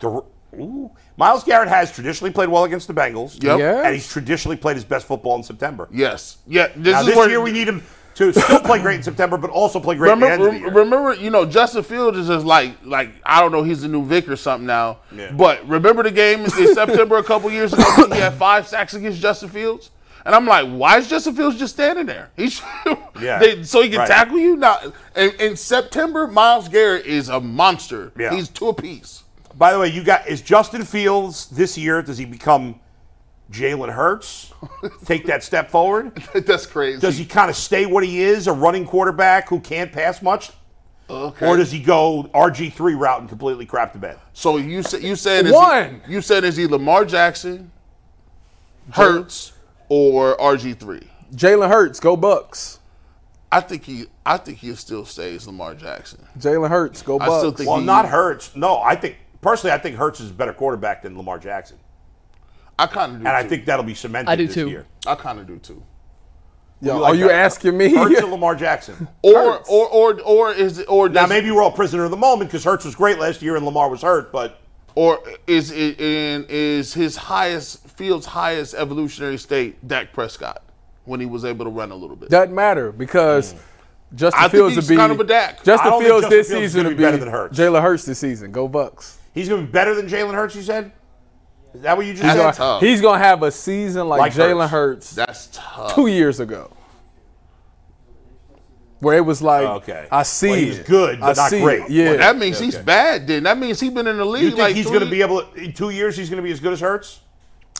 Speaker 2: Der- Ooh. Miles Garrett has traditionally played well against the Bengals.
Speaker 4: Yep.
Speaker 3: Yeah.
Speaker 2: And he's traditionally played his best football in September.
Speaker 4: Yes. Yeah. This
Speaker 2: Now,
Speaker 4: is
Speaker 2: this
Speaker 4: where
Speaker 2: year we need him to still play great in September, but also play great at the end
Speaker 4: remember,
Speaker 2: of the year.
Speaker 4: remember, you know, Justin Fields is just like, like I don't know, he's the new Vic or something now.
Speaker 2: Yeah.
Speaker 4: But remember the game in September a couple years ago, when he had five sacks against Justin Fields, and I'm like, why is Justin Fields just standing there? He should,
Speaker 2: Yeah.
Speaker 4: they- so he can
Speaker 2: Right.
Speaker 4: tackle you. Now, in, in September, Miles Garrett is a monster.
Speaker 2: Yeah.
Speaker 4: He's two apiece.
Speaker 2: By the way, you got is Justin Fields this year? Does he become Jalen Hurts? Take that step forward.
Speaker 4: That's crazy.
Speaker 2: Does he kind of stay what he is, a running quarterback who can't pass much,
Speaker 4: okay.
Speaker 2: or does he go RG three route and completely crap the bed?
Speaker 4: so you said you said
Speaker 3: One.
Speaker 4: you said is he Lamar Jackson, Hurts, or RG three.
Speaker 3: Jalen Hurts, go Bucks.
Speaker 4: I think he I think he still stays Lamar Jackson.
Speaker 3: Jalen Hurts, go Bucks.
Speaker 4: I still think
Speaker 2: Well,
Speaker 4: he,
Speaker 2: not Hurts. No, I think personally, I think Hurts is a better quarterback than Lamar Jackson,
Speaker 4: I kind of
Speaker 2: and
Speaker 4: do.
Speaker 2: I
Speaker 4: too.
Speaker 2: think that'll be cemented
Speaker 1: I do
Speaker 2: this
Speaker 1: too.
Speaker 2: year.
Speaker 4: I kind of do too.
Speaker 3: Yo,
Speaker 2: like
Speaker 3: are you
Speaker 2: that?
Speaker 3: asking me?
Speaker 2: Hurts or Lamar Jackson?
Speaker 4: Or or or or is it or
Speaker 2: Now
Speaker 4: does,
Speaker 2: maybe we're all prisoner of the moment because Hurts was great last year and Lamar was hurt, but
Speaker 4: or is it in is his highest field's highest evolutionary state Dak Prescott when he was able to run a little bit.
Speaker 3: Doesn't matter because
Speaker 2: Mm.
Speaker 3: Justin
Speaker 4: I think
Speaker 3: Fields
Speaker 4: he's
Speaker 3: would be
Speaker 4: kind of a Dak.
Speaker 3: Justin
Speaker 2: I don't think
Speaker 3: Fields
Speaker 2: Justin
Speaker 3: this
Speaker 2: Fields is
Speaker 3: season
Speaker 2: gonna be
Speaker 3: would be
Speaker 2: better than Hurts.
Speaker 3: Jalen Hurts this season. Go Bucks.
Speaker 2: He's going to be better than Jalen Hurts. You said. Is that what you just
Speaker 4: He's
Speaker 2: said?
Speaker 4: gonna- tough.
Speaker 3: He's gonna have a season like,
Speaker 2: Like
Speaker 3: Jalen
Speaker 2: Hurts.
Speaker 3: Hurts
Speaker 4: That's tough.
Speaker 3: two years ago, where it was like,
Speaker 2: Okay.
Speaker 3: I see
Speaker 2: Well, he was
Speaker 3: it.
Speaker 2: good, but
Speaker 3: I
Speaker 2: not
Speaker 3: see
Speaker 2: great.
Speaker 3: it. Yeah,
Speaker 2: Well,
Speaker 4: That means he's bad. Then that means he's been in the league
Speaker 2: You think
Speaker 4: like
Speaker 2: he's
Speaker 4: three-
Speaker 2: going to be able to, in two years, he's going to be as good as Hurts?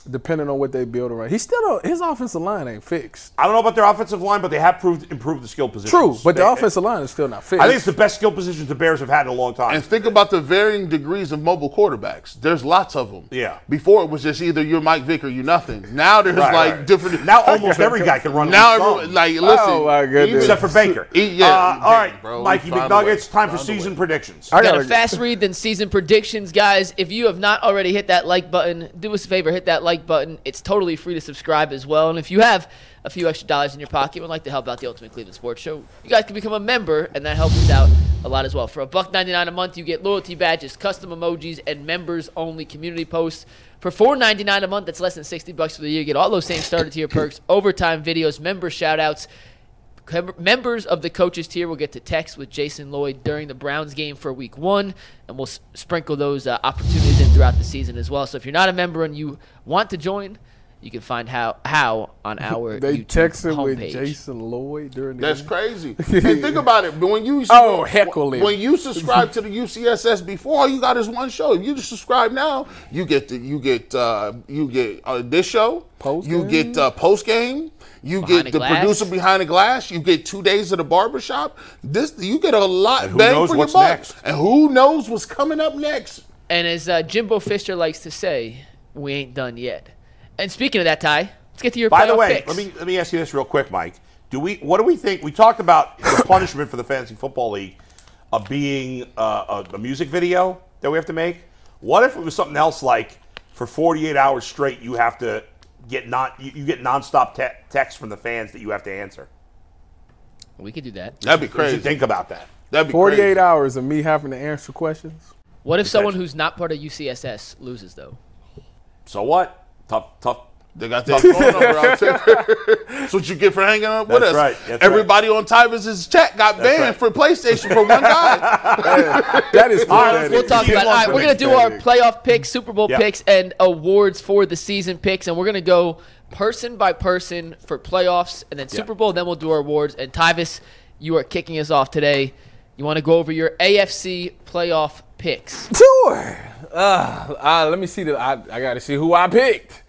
Speaker 3: depending on what they build around. He still don't, his offensive line ain't fixed.
Speaker 2: I don't know about their offensive line, but they have proved improved the skill positions.
Speaker 3: True, but
Speaker 2: They-
Speaker 3: the offensive line is still not fixed.
Speaker 2: I think it's the best skill positions the Bears have had in a long time.
Speaker 4: And think about the varying degrees of mobile quarterbacks. There's lots of them.
Speaker 2: Yeah.
Speaker 4: Before it was just either you're Mike Vick or you're nothing. Now there's
Speaker 2: Right,
Speaker 4: like
Speaker 2: right.
Speaker 4: different.
Speaker 2: Now almost every guy can run.
Speaker 4: Now
Speaker 2: with some.
Speaker 4: everyone, like listen.
Speaker 2: Oh
Speaker 3: my goodness.
Speaker 4: even-
Speaker 2: except for Baker.
Speaker 4: E- yeah,
Speaker 2: Uh, all right,
Speaker 4: bro, we
Speaker 2: Mikey
Speaker 4: found a way.
Speaker 2: McNuggets. Time for
Speaker 4: Found a way.
Speaker 2: season predictions.
Speaker 3: I
Speaker 1: Got
Speaker 3: gotta-
Speaker 1: a fast read, then season predictions, guys. If you have not already hit that like button, do us a favor, hit that like button. It's totally free to subscribe as well. And if you have a few extra dollars in your pocket and would like to help out the Ultimate Cleveland Sports Show, you guys can become a member, and that helps us out a lot as well. For a buck ninety nine a month, you get loyalty badges, custom emojis, and members only community posts. For four ninety nine a month, that's less than sixty bucks for the year. You get all those same starter tier perks, overtime videos, member shout outs. Com- Members of the coaches tier will get to text with Jason Lloyd during the Browns game for week one, and we'll s- sprinkle those uh, opportunities in throughout the season as well. So if you're not a member and you want to join, you can find how how on our
Speaker 3: they
Speaker 1: YouTube
Speaker 3: texted with
Speaker 1: homepage.
Speaker 3: Jason Lloyd during the
Speaker 4: That's
Speaker 3: game.
Speaker 4: crazy. and think about it. But when you
Speaker 3: Oh, heckle him.
Speaker 4: when you subscribe to the UCSS before, all you got is one show. If you just subscribe now, you get the you get uh, you get uh, this show.
Speaker 3: Post
Speaker 4: you
Speaker 3: game?
Speaker 4: get uh, post game. You
Speaker 1: Behind
Speaker 4: get
Speaker 1: the
Speaker 4: the
Speaker 1: glass?
Speaker 4: producer behind the glass. You get two days at the barbershop. This you get a lot
Speaker 2: And who
Speaker 4: bang
Speaker 2: knows
Speaker 4: for
Speaker 2: what's
Speaker 4: your buck.
Speaker 2: next?
Speaker 4: And who knows what's coming up next?
Speaker 1: And as uh, Jimbo Fisher likes to say, we ain't done yet. And speaking of that, Ty, let's get to your
Speaker 2: By the
Speaker 1: playoff
Speaker 2: way,
Speaker 1: picks.
Speaker 2: let me let me ask you this real quick, Mike. Do we? What do we think? We talked about the punishment for the fantasy football league of being uh, a, a music video that we have to make. What if it was something else like for 48 hours straight you have to get not you, you get nonstop te- texts from the fans that you have to answer.
Speaker 1: we could do that.
Speaker 4: That'd be
Speaker 2: Crazy.
Speaker 4: crazy.
Speaker 2: should think about that.
Speaker 4: That'd be
Speaker 3: 48
Speaker 4: crazy.
Speaker 3: hours of me having to answer questions.
Speaker 1: What if someone who's not part of UCSS loses though?
Speaker 2: So what? Tough, tough.
Speaker 4: They got that phone number out there. That's what you get for hanging up with
Speaker 2: That's
Speaker 4: us.
Speaker 2: right, that's
Speaker 4: Everybody on Tyvis's chat got banned
Speaker 2: right.
Speaker 4: for PlayStation for one guy.
Speaker 3: That is
Speaker 2: All right,
Speaker 3: pathetic.
Speaker 1: We'll talk
Speaker 2: You
Speaker 1: about it. All
Speaker 2: love
Speaker 1: right, we're going to do our
Speaker 3: pathetic.
Speaker 1: playoff picks, Super Bowl
Speaker 2: Yeah.
Speaker 1: picks, and awards for the season picks. And we're going to go person by person for playoffs and then
Speaker 2: Yeah.
Speaker 1: Super Bowl. Then we'll do our awards. And Tyvis, you are kicking us off today. You want to go over your AFC playoff picks.
Speaker 3: Sure. Uh, uh, let me see the. I, I got to see who I picked.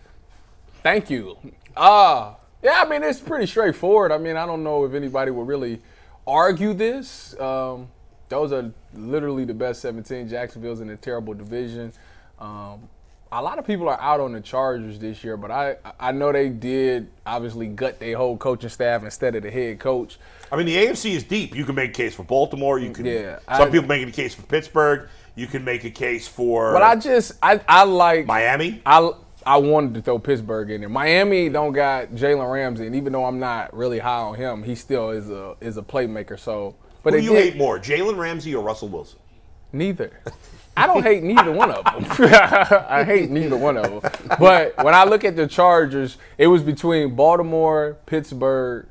Speaker 3: Thank you. Uh, yeah, I mean, it's pretty straightforward. I mean, I don't know if anybody would really argue this. Um, those are literally the best 17. Jacksonville's in a terrible division. Um, a lot of people are out on the Chargers this year, but I, I know they did obviously gut their whole coaching staff instead of the head coach.
Speaker 2: I mean, the AFC is deep. You can make a case for Baltimore. You can.
Speaker 3: Yeah,
Speaker 2: some
Speaker 3: I-
Speaker 2: people make a case for Pittsburgh. You can make a case for.
Speaker 3: But I just I I like
Speaker 2: Miami?
Speaker 3: I I wanted to throw Pittsburgh in there. Miami don't got Jalen Ramsey, and even though I'm not really high on him, he still is a is a playmaker. So, but
Speaker 2: Who
Speaker 3: they
Speaker 2: do you
Speaker 3: did-
Speaker 2: hate more, Jalen Ramsey or Russell Wilson?
Speaker 3: Neither. I don't hate neither one of them. I hate neither one of them. But when I look at the Chargers, it was between Baltimore, Pittsburgh,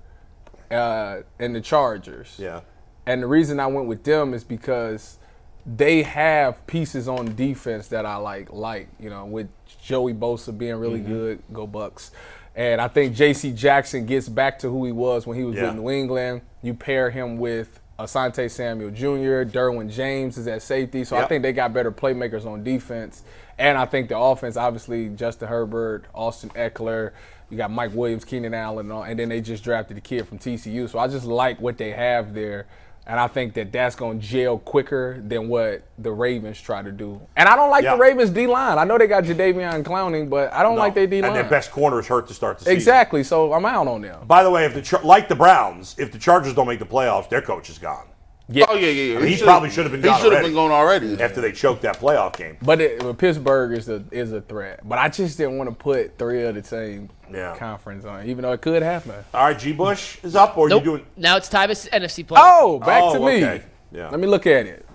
Speaker 3: uh, and the Chargers.
Speaker 2: Yeah.
Speaker 3: And the reason I went with them is because they have pieces on defense that I like. Like you know, with Joey Bosa being really good, go Bucks. And I think J.C. Jackson gets back to who he was when he was
Speaker 2: Yeah.
Speaker 3: with New England. You pair him with Asante Samuel Jr. Derwin James is at safety, so I
Speaker 2: Yep.
Speaker 3: think they got better playmakers on defense. And I think the offense, obviously, Justin Herbert, Austin Eckler, you got Mike Williams, Keenan Allen, and, all, and then they just drafted the kid from TCU. So I just like what they have there. And I think that that's going to gel quicker than what the Ravens try to do. And I don't like
Speaker 2: Yeah.
Speaker 3: the Ravens D line. I know they got Jadavion Clowning, but I don't like their D
Speaker 2: And their
Speaker 3: line.
Speaker 2: best corner is hurt to start the season.
Speaker 3: Exactly. So I'm out on them.
Speaker 2: By the way, if the Char- like the Browns, if the Chargers don't make the playoffs, their coach is gone
Speaker 4: Oh yeah, yeah, yeah.
Speaker 2: He
Speaker 4: should've-
Speaker 2: probably should've been
Speaker 4: He
Speaker 2: gone
Speaker 4: should have
Speaker 2: already.
Speaker 4: been gone already.
Speaker 2: after they choked that playoff game.
Speaker 3: But it, but Pittsburgh is a is a threat. But I just didn't want to put three of the same
Speaker 2: Yeah.
Speaker 3: conference on, even though it could happen.
Speaker 2: All right, G. Bush is up, or are
Speaker 1: Nope.
Speaker 2: you doing?
Speaker 1: Now it's Tyvis NFC playoff.
Speaker 3: Oh, back
Speaker 2: Oh,
Speaker 3: to me.
Speaker 2: okay. Yeah.
Speaker 3: Let me look at it.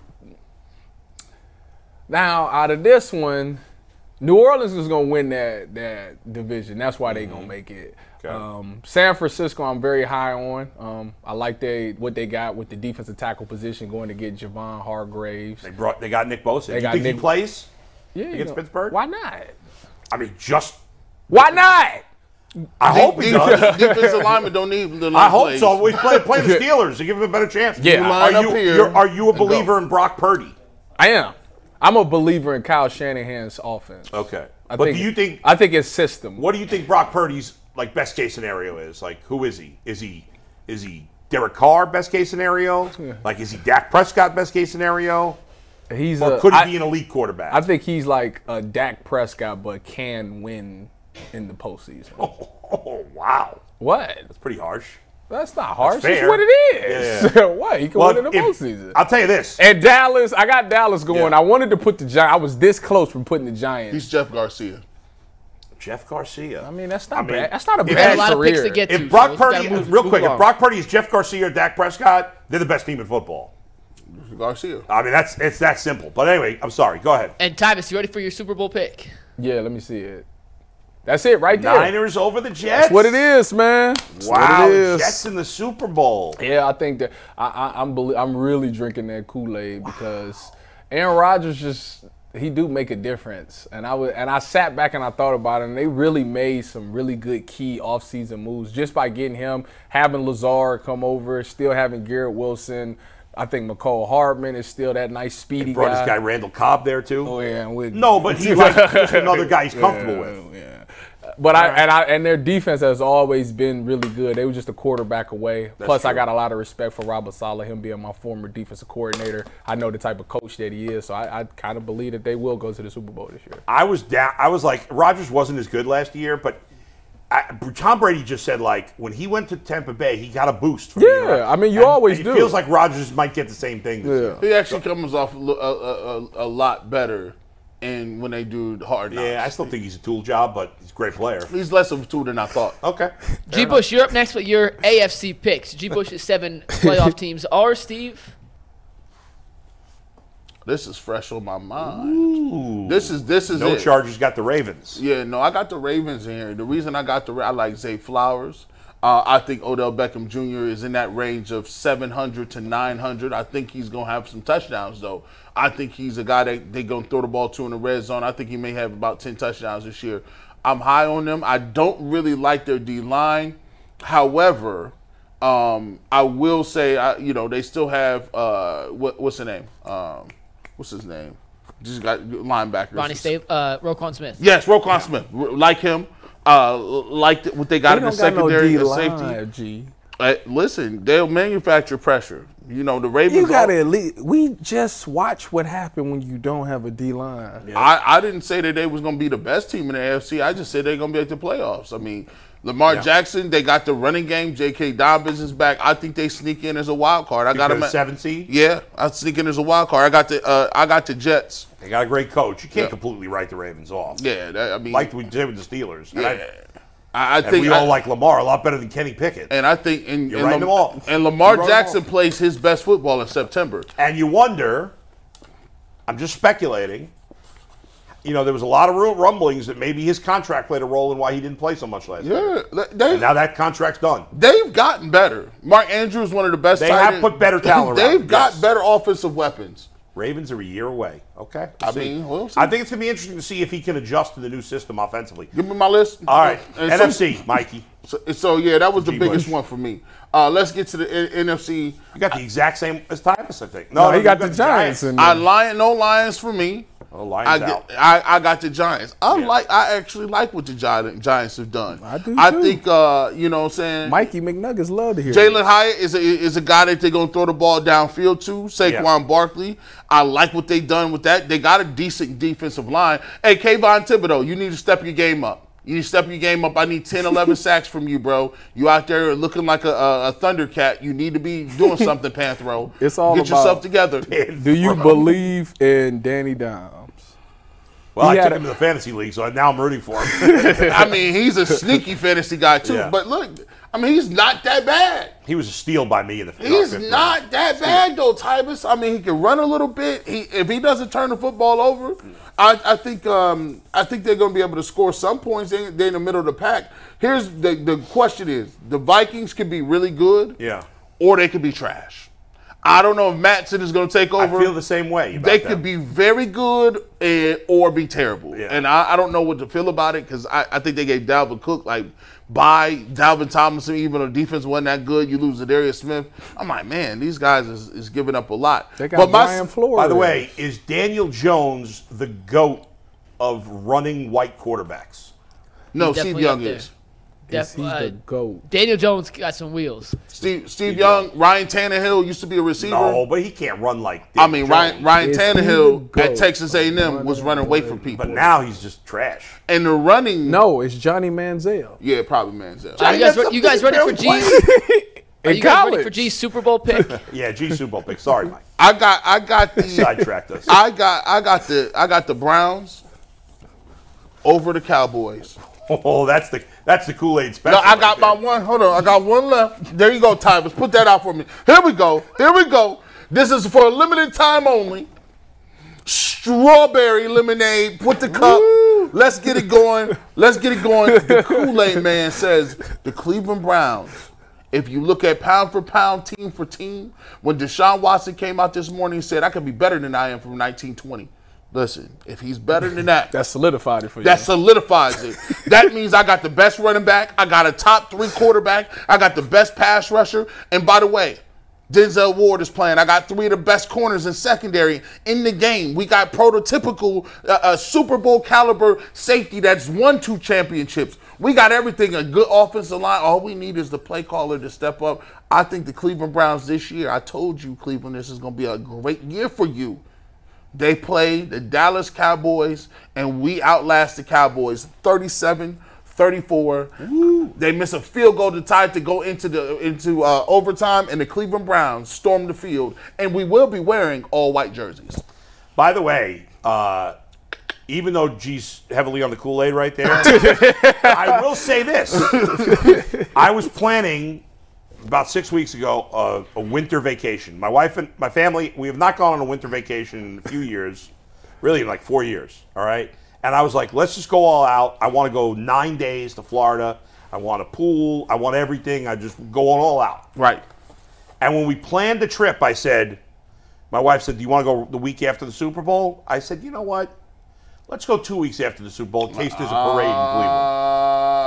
Speaker 3: Now, out of this one, New Orleans is gonna win that that division. That's why they gonna make it.
Speaker 2: Mm-hmm. Okay.
Speaker 3: Um, San Francisco, I'm very high on. Um, I like they what they got with the defensive tackle position going to get Javon Hargraves.
Speaker 2: They brought. They got Nick Bosa. you
Speaker 3: got
Speaker 2: think he
Speaker 3: Nick-
Speaker 2: plays?
Speaker 3: Yeah, you
Speaker 2: against
Speaker 3: know,
Speaker 2: Pittsburgh?
Speaker 3: Why not?
Speaker 2: I mean, just.
Speaker 3: Why not?
Speaker 2: I hope he does.
Speaker 4: Defensive linemen don't need the
Speaker 2: I
Speaker 4: line
Speaker 2: hope
Speaker 4: plays.
Speaker 2: so. We play play the Steelers to give him a better chance.
Speaker 3: Yeah. You
Speaker 2: Are
Speaker 4: line up
Speaker 2: you
Speaker 4: here
Speaker 2: you're- are you a
Speaker 4: and go.
Speaker 2: believer in Brock Purdy?
Speaker 3: I am. I'm a believer in Kyle Shanahan's offense.
Speaker 2: Okay.
Speaker 3: I
Speaker 2: but
Speaker 3: think,
Speaker 2: do you think
Speaker 3: I think it's system.
Speaker 2: What do you think Brock Purdy's like best case scenario is? Like, who is he? Is he is he Derek Carr best case scenario? Like, is he Dak Prescott best case scenario?
Speaker 3: He's
Speaker 2: Or
Speaker 3: a,
Speaker 2: could he
Speaker 3: Uh, I-
Speaker 2: be an elite quarterback?
Speaker 3: I think he's like a Dak Prescott, but can win in the postseason.
Speaker 2: oh, wow,
Speaker 3: What?
Speaker 2: pretty harsh.
Speaker 3: That's not harsh. That's
Speaker 2: fair.
Speaker 3: what it is.
Speaker 2: Yeah,
Speaker 3: what? He can win in the
Speaker 2: if-
Speaker 3: postseason.
Speaker 2: I'll tell you this.
Speaker 3: and Dallas, I got Dallas going.
Speaker 2: Yeah.
Speaker 3: I wanted to put the Giants. I was this close from putting the Giants.
Speaker 4: He's Jeff Garcia.
Speaker 2: Jeff Garcia.
Speaker 3: I mean, that's not
Speaker 2: I mean,
Speaker 3: bad. That's not a
Speaker 2: if-
Speaker 3: bad
Speaker 2: A lot
Speaker 1: of
Speaker 3: career.
Speaker 1: picks to get-
Speaker 2: if
Speaker 1: Dude,
Speaker 2: Brock
Speaker 1: so we
Speaker 2: Purdy,
Speaker 1: gotta move-
Speaker 2: real
Speaker 1: move
Speaker 2: quick, if
Speaker 1: on.
Speaker 2: Brock Purdy is Jeff Garcia or Dak Prescott, they're the best team in football.
Speaker 4: Garcia.
Speaker 2: I mean, that's it's that simple. But anyway, I'm sorry. Go ahead.
Speaker 1: And Thomas, you ready for your Super Bowl pick?
Speaker 3: yeah, let me see it. That's it right there.
Speaker 2: Niners over the Jets.
Speaker 5: What it is, man. That's
Speaker 2: Wow,
Speaker 5: What it is.
Speaker 2: Jets in the Super Bowl.
Speaker 3: Yeah, I think that I, I, I'm belie- I'm really drinking that Kool Aid because Aaron Rodgers just he do make a difference, and I would and I sat back and I thought about it, and they really made some really good key offseason moves just by getting him, having Lazard come over, still having Garrett Wilson. I think McCole Hardman is still that nice speedy
Speaker 2: Brought
Speaker 3: guy.
Speaker 2: this guy Randall Cobb there too.
Speaker 3: Oh, yeah, and with-
Speaker 2: No, but he like just another guy he's comfortable with.
Speaker 4: Oh,
Speaker 3: Yeah. Uh, But I and I and their defense has always been really good. They were just a quarterback away. Plus, I
Speaker 2: true.
Speaker 3: got a lot of respect for Robert Sala, him being my former defensive coordinator. I know the type of coach that he is, so I, I kind of believe that they will go to the Super Bowl this year.
Speaker 2: I was down. I was like, Rodgers wasn't as good last year, but I, Tom Brady just said like when he went to Tampa Bay, he got a boost. From
Speaker 3: Yeah,
Speaker 2: being Rodgers.
Speaker 3: I mean, you
Speaker 2: And-
Speaker 3: always
Speaker 2: and
Speaker 3: do.
Speaker 2: It feels like Rodgers might get the same thing. This year.
Speaker 4: He actually comes off a, lo- a, a, a- a lot better, and when they do hard knocks,
Speaker 2: Yeah, I still think he's a tool job, but he's a great player.
Speaker 4: he's less of a two than I thought.
Speaker 2: Okay.
Speaker 1: G Bush, you're up next with your AFC picks. G Bush's seven playoff teams are Steve.
Speaker 4: This is fresh on my mind. This is this is
Speaker 2: No
Speaker 4: it.
Speaker 2: Chargers got the Ravens.
Speaker 4: Yeah, no, I got the Ravens in here. The reason I got the Ra- I like Zay Flowers. Uh, I think Odell Beckham Jr. is in that range of 700 to 900. I think he's gonna have some touchdowns though. I think he's a guy that they gonna throw the ball to in the red zone. I think he may have about 10 touchdowns this year. I'm high on them. I don't really like their D line. However, um, I will say, I, you know, they still have uh, what, what's the name? Um, what's his name? Just got linebacker.
Speaker 1: Ronnie Stave, uh, Roquan Smith.
Speaker 4: Yes, Roquan Smith. R- Like him. Uh, like th- what they got in the secondary and safety.
Speaker 5: G.
Speaker 4: Uh, listen, they'll manufacture pressure. You know the Ravens.
Speaker 5: You got
Speaker 4: al-
Speaker 5: to at least. We just watch what happened when you don't have a D line.
Speaker 4: I, I didn't say that they was going to be the best team in the AFC. I just said they're going to be at the playoffs. I mean, Lamar Jackson, they got the running game. J.K. Dobbins is back. I think they sneak in as a wild card. I
Speaker 2: Got
Speaker 4: got them.
Speaker 2: a
Speaker 4: At,
Speaker 2: seven seed.
Speaker 4: Yeah, I sneak in as a wild card. I got the uh, I got the Jets.
Speaker 2: They got a great coach. You can't completely write the Ravens off.
Speaker 4: Yeah, that, I mean,
Speaker 2: Like we did with the Steelers. And, I,
Speaker 4: yeah. I, I
Speaker 2: and
Speaker 4: think
Speaker 2: we
Speaker 4: I-
Speaker 2: all like Lamar a lot better than Kenny Pickett.
Speaker 4: And I think and,
Speaker 2: You're
Speaker 4: and,
Speaker 2: writing them off.
Speaker 4: and Lamar
Speaker 2: You're writing them
Speaker 4: Jackson plays his best football in September.
Speaker 2: And you wonder, I'm just speculating. You know, there was a lot of real rumblings that maybe his contract played a role in why he didn't play so much last year.
Speaker 4: Yeah, they,
Speaker 2: And now that contract's done.
Speaker 4: they've gotten better. Mark Andrews one of the best.
Speaker 2: They
Speaker 4: tight
Speaker 2: have
Speaker 4: end-
Speaker 2: put better talent around,
Speaker 4: They've got
Speaker 2: yes.
Speaker 4: better offensive weapons.
Speaker 2: Ravens are a year away. Okay.
Speaker 4: I
Speaker 2: see.
Speaker 4: mean, we'll see.
Speaker 2: I think it's going to be interesting to see if he can adjust to the new system offensively.
Speaker 4: Give me my list.
Speaker 2: All right.
Speaker 4: And some-
Speaker 2: NFC, Mikey.
Speaker 4: So, so, yeah, that was the
Speaker 2: G.
Speaker 4: biggest
Speaker 2: Bush.
Speaker 4: one for me. Uh, let's get to the N- NFC.
Speaker 2: You got the exact same as Thomas, I think.
Speaker 5: No, he
Speaker 2: you
Speaker 5: got the Giants in
Speaker 4: I lion, no lions for me.
Speaker 2: Oh, Lions
Speaker 4: I, get,
Speaker 2: out.
Speaker 4: I I got the Giants. I
Speaker 2: Yeah.
Speaker 4: like I actually like what the Gi- Giants have done.
Speaker 5: I do,
Speaker 4: I
Speaker 5: too.
Speaker 4: think uh, you know what I'm saying
Speaker 5: Mikey McNuggets love to hear.
Speaker 4: Jalen Hyatt is a, is a guy that they're going to throw the ball downfield to. Saquon
Speaker 2: Yeah.
Speaker 4: Barkley. I like what they done with that. They got a decent defensive line. Hey, Kayvon Thibodeau, you need to step your game up. You need to step your game up. I need 10, 11 sacks from you, bro. You out there looking like a, a, a Thundercat. You need to be doing something, Panthro.
Speaker 5: It's all
Speaker 4: Get yourself
Speaker 5: about-
Speaker 4: together.
Speaker 5: Do you believe in Danny Dimes?
Speaker 2: Well, I
Speaker 5: He had
Speaker 2: took him
Speaker 5: a-
Speaker 2: to the fantasy league, so now I'm rooting for him.
Speaker 4: I mean, he's a sneaky fantasy guy, too.
Speaker 2: Yeah.
Speaker 4: But look, I mean, he's not that bad.
Speaker 2: he was a steal by me in the in our
Speaker 4: He's
Speaker 2: fifth round.
Speaker 4: not that bad though, Tybus. I mean, he can run a little bit. He if he doesn't turn the football over, I, I think um, I think they're going to be able to score some points. They, they're in the middle of the pack. Here's the the question: Is the Vikings could be really good,
Speaker 2: Yeah.
Speaker 4: or they could be trash. I don't know if Matson is going to take
Speaker 2: I
Speaker 4: over.
Speaker 2: feel the same way. About
Speaker 4: they
Speaker 2: them.
Speaker 4: could be very good eh, or be terrible.
Speaker 2: Yeah.
Speaker 4: And I, I don't know what to feel about it because I, I think they gave Dalvin Cook like by Dalvin Thompson, even though defense wasn't that good, you lose Darius Smith. I'm like, man, these guys is, is giving up a lot.
Speaker 3: They got
Speaker 4: my-
Speaker 3: Brian Flores.
Speaker 2: By the way, is Daniel Jones the goat of running white quarterbacks?
Speaker 4: no, Steve
Speaker 1: Definitely up
Speaker 4: Young
Speaker 1: there.
Speaker 4: is.
Speaker 1: Def-
Speaker 3: he's
Speaker 1: uh,
Speaker 3: the goat.
Speaker 1: Daniel Jones got some wheels.
Speaker 4: Steve Steve Young, Ryan Tannehill used to be a receiver.
Speaker 2: No, but he can't run like.
Speaker 4: I
Speaker 2: Daniel
Speaker 4: mean
Speaker 2: Jones.
Speaker 4: Ryan Ryan
Speaker 3: Is he the
Speaker 4: Tannehill
Speaker 3: goat
Speaker 4: at Texas A&M was
Speaker 3: running
Speaker 4: running away from
Speaker 2: But
Speaker 4: people,
Speaker 2: now he's just trash.
Speaker 4: and the running.
Speaker 3: No, it's Johnny Manziel.
Speaker 4: yeah, probably Manziel.
Speaker 1: Are you guys, re- you guys ready for G's? Are
Speaker 3: In
Speaker 1: Oh, you guys ready
Speaker 3: college.
Speaker 1: for G's Super Bowl pick?
Speaker 2: Yeah, G Super Bowl pick. Sorry, Mike.
Speaker 4: I got I got the
Speaker 2: Sidetracked us.
Speaker 4: I got I got the I got the Browns over the Cowboys.
Speaker 2: Oh, that's the that's the Kool Aid
Speaker 4: No,
Speaker 2: special.
Speaker 4: I got
Speaker 2: right
Speaker 4: my
Speaker 2: there.
Speaker 4: one. Hold on, I got one left. There you go, Tyvus. Put that out for me. Here we go. Here we go. This is for a limited time only. Strawberry lemonade. Put the cup. Let's get it going. Let's get it going. The Kool Aid Man says the Cleveland Browns. If you look at pound for pound, team for team, when Deshaun Watson came out this morning and said, "I could be better than I am from 1920," listen, if he's better than that,
Speaker 3: That solidified it for you.
Speaker 4: that solidifies it. that means I got the best running back. I got a top three quarterback. I got the best pass rusher. And by the way, Denzel Ward is playing. I got three of the best corners in secondary in the game. We got prototypical uh, uh, Super Bowl caliber safety that's won two championships. We got everything. A good offensive line. All we need is the play caller to step up. I think the Cleveland Browns this year. I told you, Cleveland, this is going to be a great year for you. They play the Dallas Cowboys, and we outlast the Cowboys 37 34. They miss a field goal to tie it to go into the into uh, overtime, and the Cleveland Browns storm the field, and we will be wearing all white jerseys.
Speaker 2: By the way, uh, even though G's heavily on the Kool Aid right there, I will say this: I was planning about six weeks ago uh, a winter vacation. My wife and my family we have not gone on a winter vacation in a few years, really in like four years. All right, and I was like, let's just go all out. I want to go nine days to Florida. I want a pool. I want everything. I just go on all out.
Speaker 4: Right.
Speaker 2: And when we planned the trip, I said, my wife said, "Do you want to go the week after the Super Bowl?" I said, "You know what? Let's go two weeks after the Super Bowl in case there's a parade in Cleveland."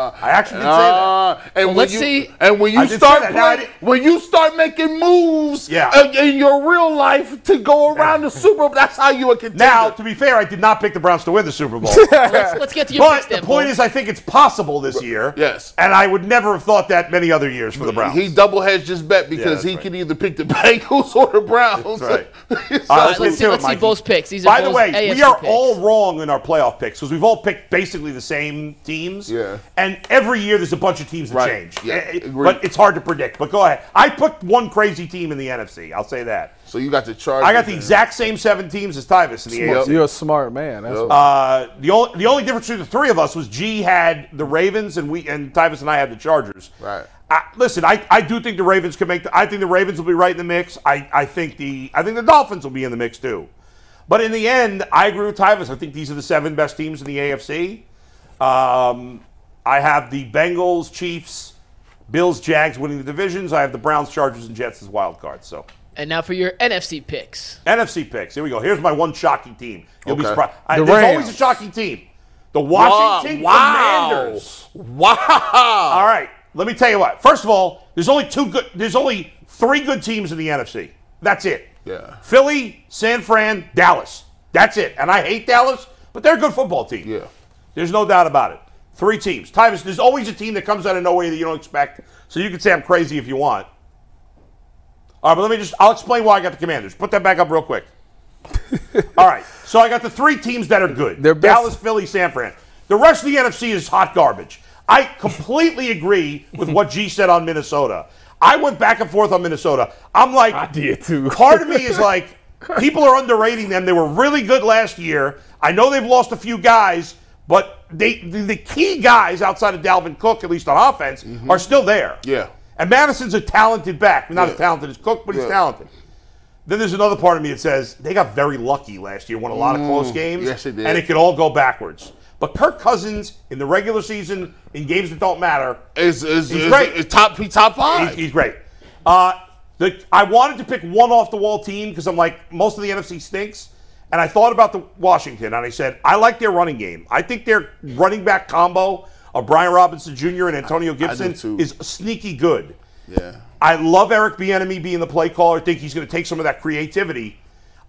Speaker 4: Uh,
Speaker 2: I actually did
Speaker 4: uh, and when
Speaker 1: let's
Speaker 4: you,
Speaker 1: see.
Speaker 4: And when
Speaker 2: I
Speaker 4: you
Speaker 2: did say
Speaker 4: start
Speaker 2: that. Now I
Speaker 4: playing-
Speaker 2: did-
Speaker 4: when you start making moves,
Speaker 2: Yeah.
Speaker 4: uh, in your real life to go around the Super Bowl, that's how you a contender.
Speaker 2: say that. Now, to be fair, I did not pick the Browns to win the Super Bowl.
Speaker 1: Let's, let's get to your
Speaker 2: But
Speaker 1: picks
Speaker 2: the
Speaker 1: then,
Speaker 2: point
Speaker 1: Bull.
Speaker 2: is, I think it's possible this year.
Speaker 4: Yes.
Speaker 2: And I would never have thought that many other years for the Browns.
Speaker 4: He double hedged his bet
Speaker 2: Yeah,
Speaker 4: because
Speaker 2: that's
Speaker 4: he
Speaker 2: right.
Speaker 4: can either pick the Bengals or the
Speaker 2: That's
Speaker 4: Browns. So-
Speaker 2: All right,
Speaker 1: All right, let's
Speaker 2: get
Speaker 1: see-
Speaker 2: to it,
Speaker 1: let's see
Speaker 2: Mikey.
Speaker 1: Bull's picks. These are
Speaker 2: By the
Speaker 1: Bull's
Speaker 2: way,
Speaker 1: AFC
Speaker 2: we are
Speaker 1: picks.
Speaker 2: all wrong in our playoff picks because we've all picked basically the same teams.
Speaker 4: Yeah.
Speaker 2: And every year there's a bunch of teams that
Speaker 4: Right.
Speaker 2: change.
Speaker 4: Yeah,
Speaker 2: Eh, eh,
Speaker 4: agreed.
Speaker 2: But it's hard to predict. But go ahead. I picked one crazy team in the NFC. I'll say that.
Speaker 4: so you got the Chargers.
Speaker 2: I got the
Speaker 4: man.
Speaker 2: exact same seven teams as Tyvus in the
Speaker 4: Smart.
Speaker 2: AFC.
Speaker 3: You're a smart man. That's
Speaker 4: Yep.
Speaker 3: why.
Speaker 2: Uh, the only the only difference between the three of us was G had the Ravens and we and Tyvus and I had the Chargers.
Speaker 4: Right.
Speaker 2: I, listen, I, I do think the Ravens can make. The, I think the Ravens will be right in the mix. I, I think the I think the Dolphins will be in the mix too. But in the end, I agree with Tyvus. I think these are the seven best teams in the AFC. Um, I have the Bengals, Chiefs, Bills, Jags winning the divisions. I have the Browns, Chargers, and Jets as wild cards. So
Speaker 1: And now for your NFC picks.
Speaker 2: NFC picks. Here we go. Here's my one shocking team. You'll be
Speaker 4: Okay.
Speaker 2: surprised. I,
Speaker 3: The
Speaker 2: there's
Speaker 3: Rams.
Speaker 2: always a shocking team. The Washington
Speaker 4: Wow.
Speaker 2: Commanders.
Speaker 4: Wow.
Speaker 2: All right. Let me tell you what. First of all, there's only two good. There's only three good teams in the NFC. That's it.
Speaker 4: Yeah.
Speaker 2: Philly, San Fran, Dallas. That's it. And I hate Dallas, but they're a good football team.
Speaker 4: Yeah.
Speaker 2: There's no doubt about it. Three teams. Tyvus, there's always a team that comes out of nowhere that you don't expect. So you can say I'm crazy if you want. All right, but let me just, I'll explain why I got the Commanders. Put that back up real quick. All right, so I got the three teams that are good
Speaker 3: They're best.
Speaker 2: Dallas, Philly, San Fran. The rest of the NFC is hot garbage. I completely agree with what G said on Minnesota. I went back and forth on Minnesota. I'm like,
Speaker 3: I did too.
Speaker 2: part of me is like, people are underrating them. They were really good last year. I know they've lost a few guys, but they the, the key guys outside of Dalvin Cook, at least on offense, are still there.
Speaker 4: Mm-hmm. Yeah.
Speaker 2: And Madison's a talented back. Not as
Speaker 4: Yeah.
Speaker 2: talented as Cook, but he's
Speaker 4: Yeah.
Speaker 2: talented. Then there's another part of me that says they got very lucky last year, won a lot of close games.
Speaker 4: Mm. yes, they did.
Speaker 2: And it could all go backwards. But Kirk Cousins in the regular season, in games that don't matter,
Speaker 4: Is is,
Speaker 2: He's
Speaker 4: is,
Speaker 2: great.
Speaker 4: is top he top five?
Speaker 2: He's, he's great. Uh, the, I wanted to pick one off the wall team because I'm like most of the NFC stinks, and I thought about the Washington and I said I like their running game. I think their running back combo of Brian Robinson Jr. and Antonio Gibson
Speaker 4: too.
Speaker 2: is sneaky good.
Speaker 4: yeah.
Speaker 2: I love Eric Bieniemy being the play caller. I think he's going to take some of that creativity.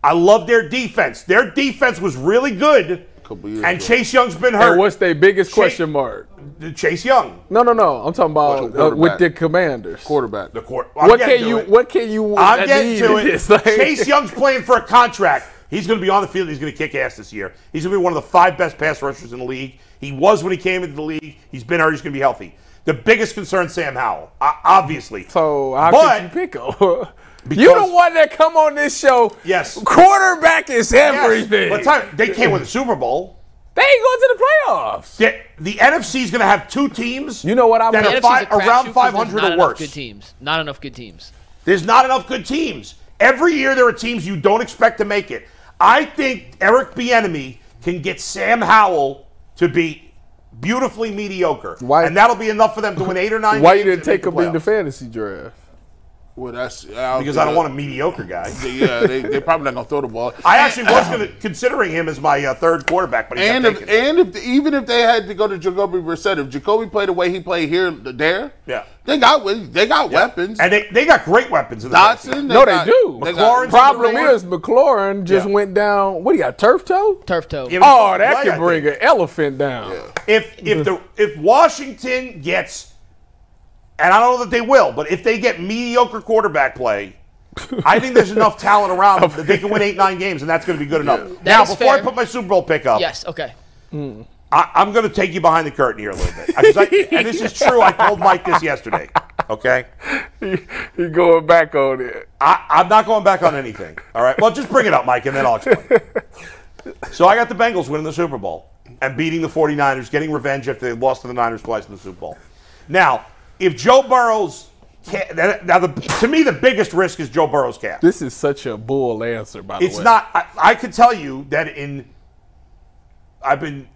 Speaker 2: I love their defense. Their defense was really good,
Speaker 4: Couple years
Speaker 2: and
Speaker 4: ago.
Speaker 2: Chase Young's been hurt.
Speaker 3: And what's their biggest
Speaker 2: Shake-
Speaker 3: question mark?
Speaker 2: Chase Young,
Speaker 3: No, no, no. I'm talking
Speaker 4: Well,
Speaker 3: about
Speaker 4: the
Speaker 3: uh, with
Speaker 4: quarterback.
Speaker 3: the Commanders.
Speaker 4: Quarterback.
Speaker 2: the court.
Speaker 3: What can you? What can you?
Speaker 2: I'm
Speaker 3: that
Speaker 2: getting
Speaker 3: need
Speaker 2: to
Speaker 3: in
Speaker 2: it.
Speaker 3: this? Like-
Speaker 2: Chase Young's playing for a contract. He's going to be on the field. He's going to kick ass this year. He's going to be one of the five best pass rushers in the league. He was when he came into the league. He's been hurt. He's going to be healthy. The biggest concern, Sam Howell, o- obviously.
Speaker 3: So how
Speaker 2: But-
Speaker 3: could you pick him? you the
Speaker 2: Because-
Speaker 3: one that come on this show.
Speaker 2: Yes.
Speaker 3: Quarterback is
Speaker 2: Yes,
Speaker 3: everything.
Speaker 2: But time, they can't win the Super Bowl.
Speaker 3: They ain't going to the playoffs.
Speaker 2: The, the NFC is going to have two teams.
Speaker 3: You know what I
Speaker 2: that
Speaker 3: mean.
Speaker 2: are
Speaker 3: The
Speaker 2: five,
Speaker 1: NFC's a crapshoot 'cause
Speaker 2: around
Speaker 1: there's
Speaker 2: 500
Speaker 1: not
Speaker 2: or
Speaker 1: enough
Speaker 2: worse.
Speaker 1: Good teams. Not enough good teams.
Speaker 2: There's not enough good teams. Every year there are teams you don't expect to make it. I think Eric Bieniemy can get Sam Howell to be beautifully mediocre,
Speaker 3: Why-
Speaker 2: and that'll be enough for them to win eight or nine.
Speaker 3: Why you
Speaker 2: games
Speaker 3: didn't
Speaker 2: and make
Speaker 3: take him in the
Speaker 2: playoffs.
Speaker 3: fantasy draft?
Speaker 4: Well, that's
Speaker 2: Because I don't want a mediocre guy.
Speaker 4: to. uh, Yeah, they they probably not gonna throw the ball.
Speaker 2: I actually was gonna, considering him as my uh, third quarterback, but he
Speaker 4: and
Speaker 2: got
Speaker 4: if,
Speaker 2: taken.
Speaker 4: and if even if they had to go to Jacoby Brissett, if Jacoby played the way he played here there,
Speaker 2: Yeah.
Speaker 4: they got we- they got weapons.
Speaker 2: And they, they got great weapons in the
Speaker 4: Dotson,
Speaker 2: Dotson.
Speaker 3: No,
Speaker 4: got-
Speaker 3: they do.
Speaker 2: McLaurin's
Speaker 4: got-
Speaker 3: Problem
Speaker 2: McLaurin-
Speaker 3: is McLaurin just
Speaker 2: Yeah.
Speaker 3: went down. What do you got? Turf toe?
Speaker 1: Turf toe.
Speaker 2: Yeah,
Speaker 3: Oh,
Speaker 2: Right,
Speaker 3: that
Speaker 2: I
Speaker 3: could bring
Speaker 2: think.
Speaker 3: an elephant down.
Speaker 2: If if the if Washington gets, and I don't know that they will, but if they get mediocre quarterback play, I think there's enough talent around them that they can win eight nine games, and that's going to be good enough. Now,
Speaker 1: is
Speaker 2: before I
Speaker 1: fair.
Speaker 2: put my Super Bowl pick up,
Speaker 1: Yes. Okay.
Speaker 2: I, I'm going to take you behind the curtain here a little bit, 'Cause I- and this is true. I told Mike this yesterday. Okay,
Speaker 3: He going back on it.
Speaker 2: I, I'm not going back on anything. All right. Well, just bring it up, Mike, and then I'll explain. So I got the Bengals winning the Super Bowl and beating the 49ers, getting revenge after they lost to the Niners twice in the Super Bowl. Now, if Joe Burrow's ca- that- now the, to me the biggest risk is Joe Burrow's calf.
Speaker 3: This is such a bull answer, by the way.
Speaker 2: It's not. I, I could tell you that in I've been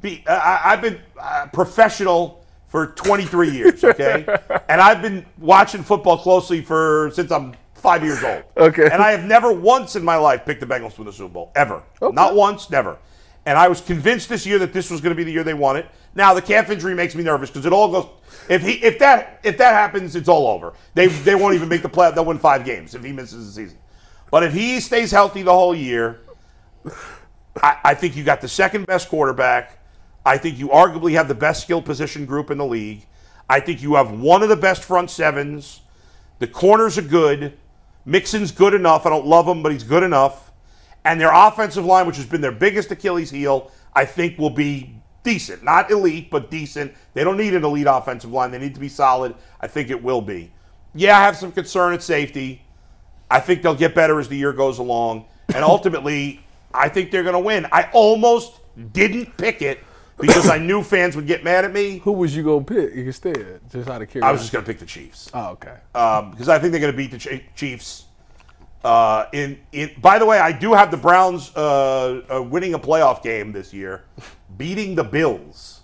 Speaker 2: be I, I've been uh, professional for 23 years, okay, and I've been watching football closely for since I'm five years old.
Speaker 3: Okay.
Speaker 2: and I have never once in my life picked the Bengals to win the Super Bowl ever. Not once, never. And I was convinced this year that this was going to be the year they won it. Now the calf injury makes me nervous because it all goes. If he if that if that happens, it's all over. They they won't even make the playoff. They'll win five games if he misses the season. But if he stays healthy the whole year, I, I think you got the second best quarterback. I think you arguably have the best skill position group in the league. I think you have one of the best front sevens. The corners are good. Mixon's good enough. I don't love him, but he's good enough. And their offensive line, which has been their biggest Achilles heel, I think will be decent. Not elite, but decent. They don't need an elite offensive line. They need to be solid. I think it will be. Yeah, I have some concern at safety. I think they'll get better as the year goes along. And ultimately, I think they're going to win. I almost didn't pick it because I knew fans would get mad at me.
Speaker 3: Who was you gonna pick instead? Just out of curiosity.
Speaker 2: I was just going to pick the Chiefs
Speaker 3: oh, okay.
Speaker 2: um, because I think they're going to beat the Chi- Chiefs. Uh, in in by the way, I do have the Browns uh, uh, winning a playoff game this year, beating the Bills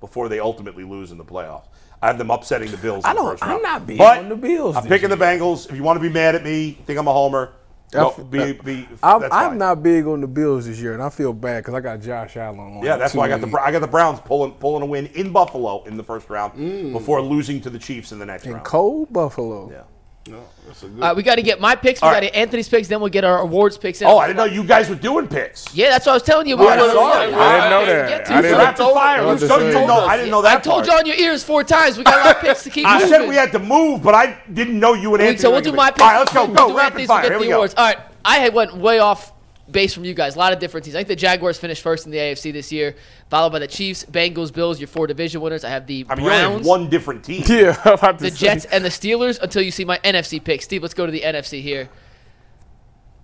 Speaker 2: before they ultimately lose in the playoffs. I have them upsetting the Bills. In
Speaker 5: I don't-
Speaker 2: The first
Speaker 5: I'm
Speaker 2: round.
Speaker 5: not big
Speaker 2: But
Speaker 5: on the Bills
Speaker 2: I'm
Speaker 5: this
Speaker 2: picking the Bengals. If you want to be mad at me, think I'm a homer. Go,
Speaker 3: That's-
Speaker 2: be,
Speaker 5: uh,
Speaker 2: be,
Speaker 3: I'm,
Speaker 2: that's
Speaker 3: I'm
Speaker 2: fine.
Speaker 3: not big on the Bills this year, and I feel bad because I got Josh Allen on.
Speaker 2: Yeah, that's why I got the
Speaker 3: too.
Speaker 2: Br- I got the Browns pulling pulling a win in Buffalo in the first round
Speaker 5: Mm.
Speaker 2: before losing to the Chiefs in the next round.
Speaker 3: cold Buffalo.
Speaker 2: Yeah.
Speaker 4: No, that's a
Speaker 1: All right.
Speaker 4: good.
Speaker 1: We got to get my picks. We
Speaker 2: All
Speaker 1: got to
Speaker 2: right.
Speaker 1: get Anthony's picks. Then we'll get our awards picks. in.
Speaker 2: Oh, I didn't know you guys were doing picks.
Speaker 1: Yeah, that's what I was telling you about.
Speaker 2: I'm sorry. I
Speaker 3: didn't know
Speaker 1: Okay,
Speaker 3: that.
Speaker 1: get to
Speaker 3: I
Speaker 1: it.
Speaker 3: didn't-
Speaker 2: Rapid fire.
Speaker 3: I
Speaker 2: You
Speaker 3: just
Speaker 2: told-
Speaker 3: said-
Speaker 2: you know- I didn't know that.
Speaker 1: I told
Speaker 2: part.
Speaker 1: you on your ears four times. We got a lot of picks to keep.
Speaker 2: I
Speaker 1: moving.
Speaker 2: said we had to move, but I didn't know you would
Speaker 1: Wait,
Speaker 2: answer.
Speaker 1: so we'll do my picks.
Speaker 2: All right, let's go.
Speaker 1: We'll
Speaker 2: Go
Speaker 1: do
Speaker 2: rapid
Speaker 1: Anthony's,
Speaker 2: fire.
Speaker 1: We'll
Speaker 2: Here
Speaker 1: get
Speaker 2: we
Speaker 1: the
Speaker 2: go.
Speaker 1: awards. All right, I had went way off base from you guys. A lot of different teams. I think the Jaguars finished first in the AFC this year, followed by the Chiefs, Bengals, Bills. Your four division winners. I have the
Speaker 2: I mean, you only have
Speaker 1: Browns,
Speaker 2: one different team.
Speaker 3: Yeah, I'm about to
Speaker 1: the
Speaker 3: say.
Speaker 1: Jets, and the Steelers. Until you see my NFC pick, Steve. Let's go to the NFC here.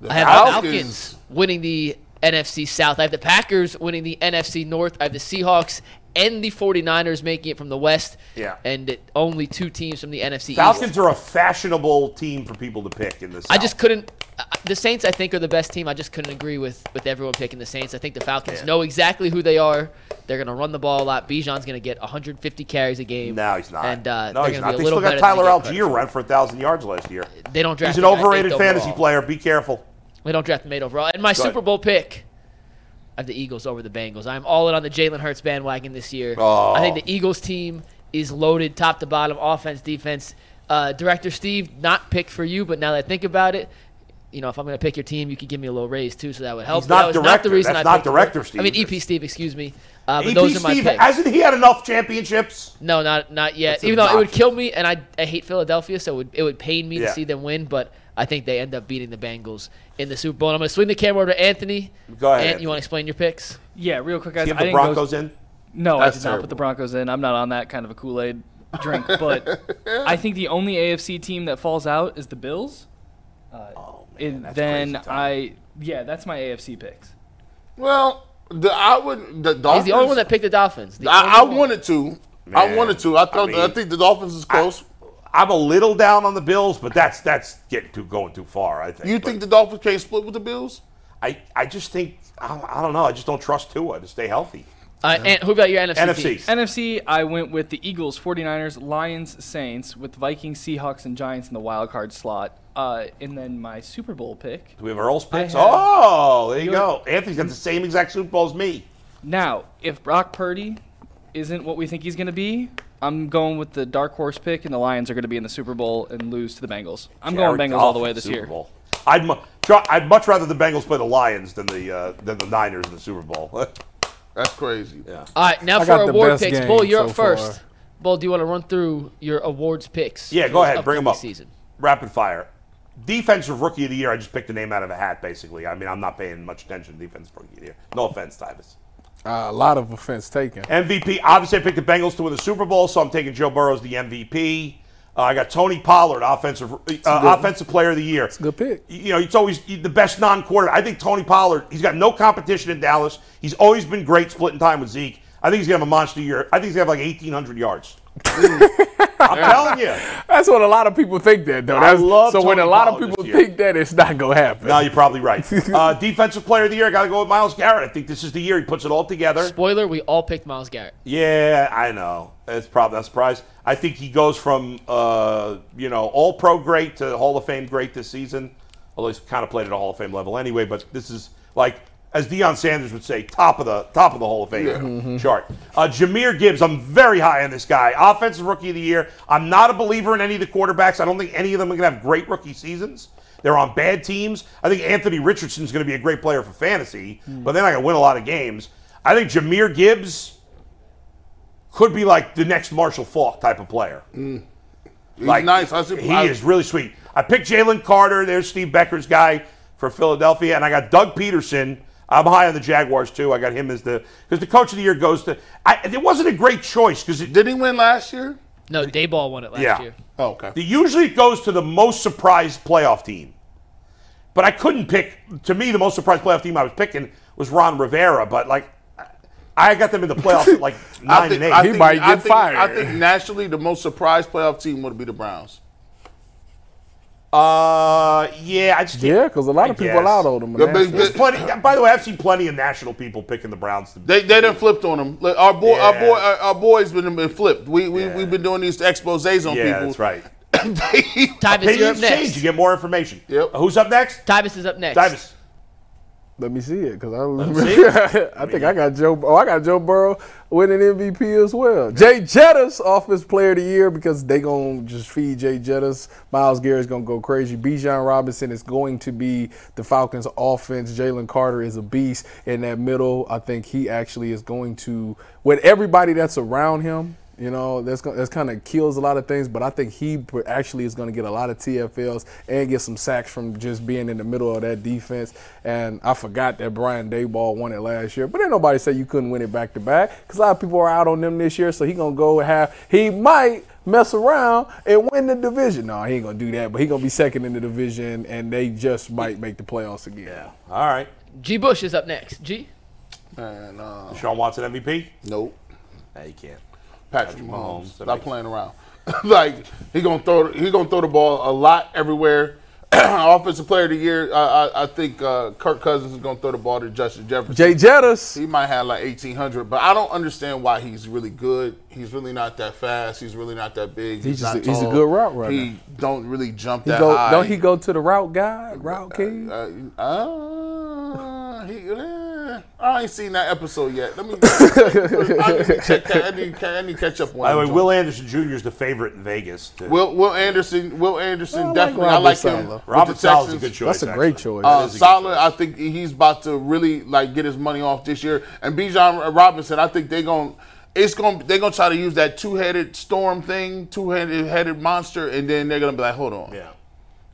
Speaker 4: The
Speaker 1: I have the
Speaker 4: Falcons.
Speaker 1: Falcons winning the NFC South. I have the Packers winning the NFC North. I have the Seahawks and the 49ers making it from the West.
Speaker 2: Yeah.
Speaker 1: And it- only two teams from the NFC East.
Speaker 2: Falcons are a fashionable team for people to pick in this.
Speaker 1: I just couldn't I- the Saints, I think, are the best team. I just couldn't agree with with everyone picking the Saints. I think the Falcons know exactly who they are. They're going to run the ball a lot. Bijan's going to get 150 carries a game.
Speaker 2: No, he's not.
Speaker 1: And uh,
Speaker 2: no,
Speaker 1: they're
Speaker 2: he's
Speaker 1: gonna
Speaker 2: not.
Speaker 1: Be
Speaker 2: They
Speaker 1: a little
Speaker 2: still got
Speaker 1: better than they
Speaker 2: Tyler
Speaker 1: get
Speaker 2: Algier
Speaker 1: credit for.
Speaker 2: ran for a thousand yards last year.
Speaker 1: They don't draft.
Speaker 2: He's an
Speaker 1: him, I think,
Speaker 2: overrated fantasy
Speaker 1: overall.
Speaker 2: player. Be careful.
Speaker 1: They don't draft him eight overall. And my
Speaker 2: Go ahead.
Speaker 1: Super Bowl pick, I have the Eagles over the Bengals. I am all in on the Jalen Hurts bandwagon this year.
Speaker 2: Oh.
Speaker 1: I think the Eagles team is loaded top to bottom, offense, defense. Uh, Director Steve, not picked for you, but now that I think about it, you know, if I'm going to pick your team, you could give me a little raise too, so that would help.
Speaker 2: He's
Speaker 1: But
Speaker 2: not
Speaker 1: that was not
Speaker 2: director.
Speaker 1: the reason
Speaker 2: That's
Speaker 1: I
Speaker 2: not
Speaker 1: picked him.
Speaker 2: director
Speaker 1: I mean,
Speaker 2: Steve.
Speaker 1: EP Steve, excuse me. Uh, but
Speaker 2: AP
Speaker 1: those are my
Speaker 2: Steve
Speaker 1: picks.
Speaker 2: hasn't he had enough championships?
Speaker 1: No, not not yet.
Speaker 2: That's
Speaker 1: Even though it would
Speaker 2: obnoxious.
Speaker 1: kill me, and I, I hate Philadelphia, so it would, it would pain me
Speaker 2: Yeah.
Speaker 1: to see them win. But I think they end up beating the Bengals in the Super Bowl. And I'm going to swing the camera over to Anthony.
Speaker 2: Go ahead,
Speaker 1: Ant,
Speaker 2: Anthony.
Speaker 1: you want to explain your picks?
Speaker 6: Yeah, real quick, guys.
Speaker 2: Give
Speaker 6: I
Speaker 2: the
Speaker 6: didn't go-
Speaker 2: Broncos in.
Speaker 6: No, I
Speaker 2: That's
Speaker 6: did not
Speaker 2: terrible.
Speaker 6: put the Broncos in. I'm not on that kind of a Kool Aid drink. But I think the only AFC team that falls out is the Bills.
Speaker 2: Oh,
Speaker 6: And
Speaker 2: that's
Speaker 6: then
Speaker 2: crazy, Tom.
Speaker 6: I, yeah, that's my AFC picks.
Speaker 4: Well, the I would the
Speaker 1: He's
Speaker 2: Oh,
Speaker 4: Dolphins.
Speaker 1: the only one that picked the Dolphins. The
Speaker 4: I, I
Speaker 1: only one.
Speaker 4: wanted to. I
Speaker 2: Man,
Speaker 4: wanted to. I thought. I,
Speaker 2: I mean-
Speaker 4: think the Dolphins is close.
Speaker 2: I'm a little down on the Bills, but that's that's getting too going too far. I think.
Speaker 4: you
Speaker 2: But
Speaker 4: think the Dolphins can't split with the Bills?
Speaker 2: I, I just think I, I don't know. I just don't trust Tua to stay healthy.
Speaker 1: All right, Ant, who about your NFC?
Speaker 2: NFC.
Speaker 1: teams?
Speaker 6: NFC, I went with the Eagles, 49ers, Lions, Saints, with Vikings, Seahawks, and Giants in the wild card slot. Uh, and then my Super Bowl pick.
Speaker 2: Do we have Earl's picks?
Speaker 6: have-
Speaker 2: Oh, there you
Speaker 6: You're-
Speaker 2: go. Anthony's got the same exact Super Bowl as me.
Speaker 6: Now, if Brock Purdy isn't what we think he's going to be, I'm going with the dark horse pick, and the Lions are going to be in the Super Bowl and lose to the Bengals. I'm
Speaker 2: Jared
Speaker 6: going Bengals
Speaker 2: Goff
Speaker 6: all the way
Speaker 2: in
Speaker 6: this
Speaker 2: Super
Speaker 6: year.
Speaker 2: Bowl. I'd mu- try- I'd much rather the Bengals play the Lions than the uh, than the Niners in the Super Bowl.
Speaker 4: That's crazy.
Speaker 2: yeah.
Speaker 1: All right, now
Speaker 3: I
Speaker 1: for
Speaker 3: got the
Speaker 1: award
Speaker 3: best
Speaker 1: picks.
Speaker 3: game
Speaker 1: Bull, you're
Speaker 3: so
Speaker 1: up first.
Speaker 3: far.
Speaker 1: Bull, do you want to run through your awards picks?
Speaker 2: Yeah,
Speaker 1: for
Speaker 2: go
Speaker 1: this
Speaker 2: ahead. Bring 'em
Speaker 1: upcoming
Speaker 2: up.
Speaker 1: Season.
Speaker 2: Rapid fire. Defensive rookie of the year. I just picked a name out of a hat, basically. I mean, I'm not paying much attention to defensive rookie of the year. No offense, Tyvus.
Speaker 3: Uh, a lot of offense taken.
Speaker 2: MVP. Obviously, I picked the Bengals to win the Super Bowl, so I'm taking Joe Burrow as the MVP. Uh, I got Tony Pollard, offensive uh, offensive player of the year.
Speaker 3: Good pick.
Speaker 2: you know, it's always the best non-quarterback. I think Tony Pollard, he's got no competition in Dallas. He's always been great splitting time with Zeke. I think he's gonna have a monster year. I think he's gonna have like 1,800 yards. I'm telling you.
Speaker 3: That's what a lot of people think that though.
Speaker 2: I
Speaker 3: That's,
Speaker 2: love
Speaker 3: so when a
Speaker 2: Tony
Speaker 3: lot
Speaker 2: Pollard
Speaker 3: of people
Speaker 2: this year.
Speaker 3: think that, it's not gonna happen.
Speaker 2: No, you're probably right. Uh, defensive player of the year, I gotta go with Miles Garrett. I think this is the year he puts it all together.
Speaker 1: Spoiler: We all picked Miles Garrett.
Speaker 2: Yeah, I know. It's probably not a surprise. I think he goes from uh, you know all pro great to Hall of Fame great this season. Although he's kind of played at a Hall of Fame level anyway, but this is like as Deion Sanders would say, top of the top of the Hall of Fame chart. Uh, Jameer Gibbs, I'm very high on this guy. Offensive Rookie of the Year. I'm not a believer in any of the quarterbacks. I don't think any of them are going to have great rookie seasons. They're on bad teams. I think Anthony Richardson's going to be a great player for fantasy, but they're not going to win a lot of games. I think Jameer Gibbs could be like the next Marshall Falk type of player.
Speaker 4: Mm, He's
Speaker 2: Like
Speaker 4: nice. I, sup-
Speaker 2: he
Speaker 4: I-
Speaker 2: is really sweet. I picked Jalen Carter. There's Steve Becker's guy for Philadelphia, and I got Doug Peterson. I'm high on the Jaguars too. I got him as the because the coach of the year goes to. I, it wasn't a great choice because it
Speaker 4: Did he win last year?
Speaker 1: No, Dayball won it last
Speaker 2: Yeah.
Speaker 1: year.
Speaker 4: Oh, okay.
Speaker 2: it usually goes to the most surprised playoff team. But I couldn't pick. To me, the most surprised playoff team I was picking was Ron Rivera. But like, I got them in the playoffs at like nine and eight.
Speaker 3: He might get
Speaker 4: I think,
Speaker 3: fired.
Speaker 4: I think nationally the most surprised playoff team would be the Browns.
Speaker 2: uh, yeah, I just
Speaker 3: Yeah, because a lot of
Speaker 2: I
Speaker 3: people
Speaker 2: guess.
Speaker 3: out on them.
Speaker 4: Yeah, but-
Speaker 2: There's plenty. By the way, I've seen plenty of national people picking the Browns. To,
Speaker 4: They they done flipped on them. Look, our boy, our
Speaker 2: Yeah.
Speaker 4: boy, our, our boys been been flipped. We we
Speaker 2: Yeah.
Speaker 4: we've been doing these exposés on
Speaker 2: yeah,
Speaker 4: people.
Speaker 2: that's right.
Speaker 1: Tyvus, you're up
Speaker 2: Opinions change.
Speaker 1: next.
Speaker 2: You get more information.
Speaker 4: Yep.
Speaker 2: Uh, who's up next?
Speaker 1: Tyvus is up next.
Speaker 2: Davis.
Speaker 3: Let me see it because I
Speaker 2: see
Speaker 3: remember. I think I got Joe. Oh, I got Joe Burrow winning MVP as well. Jay Jettas Office Player of the Year because they gonna just feed Jay Jettas. Miles Garrett's gonna go crazy. Bijan Robinson is going to be the Falcons' offense. Jalen Carter is a beast in that middle. I think he actually is going to with everybody that's around him. You know, that's gon- that's kind of kills a lot of things, but I think he pr- actually is going to get a lot of TFLs and get some sacks from just being in the middle of that defense. And I forgot that Brian Dayball won it last year, but ain't nobody say you couldn't win it back to back because a lot of people are out on them this year. So he gonna go and have he might mess around and win the division. No, he ain't gonna do that, but he gonna be second in the division, and they just might make the playoffs again.
Speaker 2: All right.
Speaker 1: G. Bush is up next. G.
Speaker 4: And uh,
Speaker 2: Sean Watson MVP.
Speaker 4: nope,
Speaker 2: No, you can't.
Speaker 4: Patrick,
Speaker 2: Patrick
Speaker 4: Mahomes.
Speaker 2: Mahomes, that
Speaker 4: Stop
Speaker 2: makes-
Speaker 4: playing around. like he gonna throw he gonna throw the ball a lot everywhere. offensive player of the year, I, I, I think uh, Kirk Cousins is going to throw the ball to Justin Jefferson.
Speaker 5: Jay Jettis.
Speaker 4: He might have like 1,800, but I don't understand why he's really good. He's really not that fast. He's really not that big.
Speaker 5: He's
Speaker 4: not
Speaker 5: just a- he's a
Speaker 4: tall.
Speaker 5: good route runner.
Speaker 4: He don't really jump
Speaker 5: He
Speaker 4: that
Speaker 5: go,
Speaker 4: high.
Speaker 5: don't he go to the route guy, route king?
Speaker 4: Uh, uh, he, uh, I ain't seen that episode yet. Let me. I need to check that. I need, ca- I need to catch up on.
Speaker 2: By the way,
Speaker 4: him.
Speaker 2: Will Anderson Jr. is the favorite in Vegas. to-
Speaker 4: Will Will Anderson. Will Anderson
Speaker 5: I like
Speaker 4: definitely. I
Speaker 5: Robert
Speaker 4: like him.
Speaker 5: Saleh.
Speaker 4: with the
Speaker 2: Robert Sala's a
Speaker 4: Texans.
Speaker 2: good choice.
Speaker 5: That's a great
Speaker 2: actually.
Speaker 5: choice.
Speaker 4: Uh,
Speaker 2: is a good
Speaker 4: Salah, I think he's about to really like get his money off this year. And Bijan Robinson, I think they're going it's going they're going to try to use that two-headed storm thing, two-headed headed monster and then they're going to be like, "Hold on.
Speaker 2: Yeah.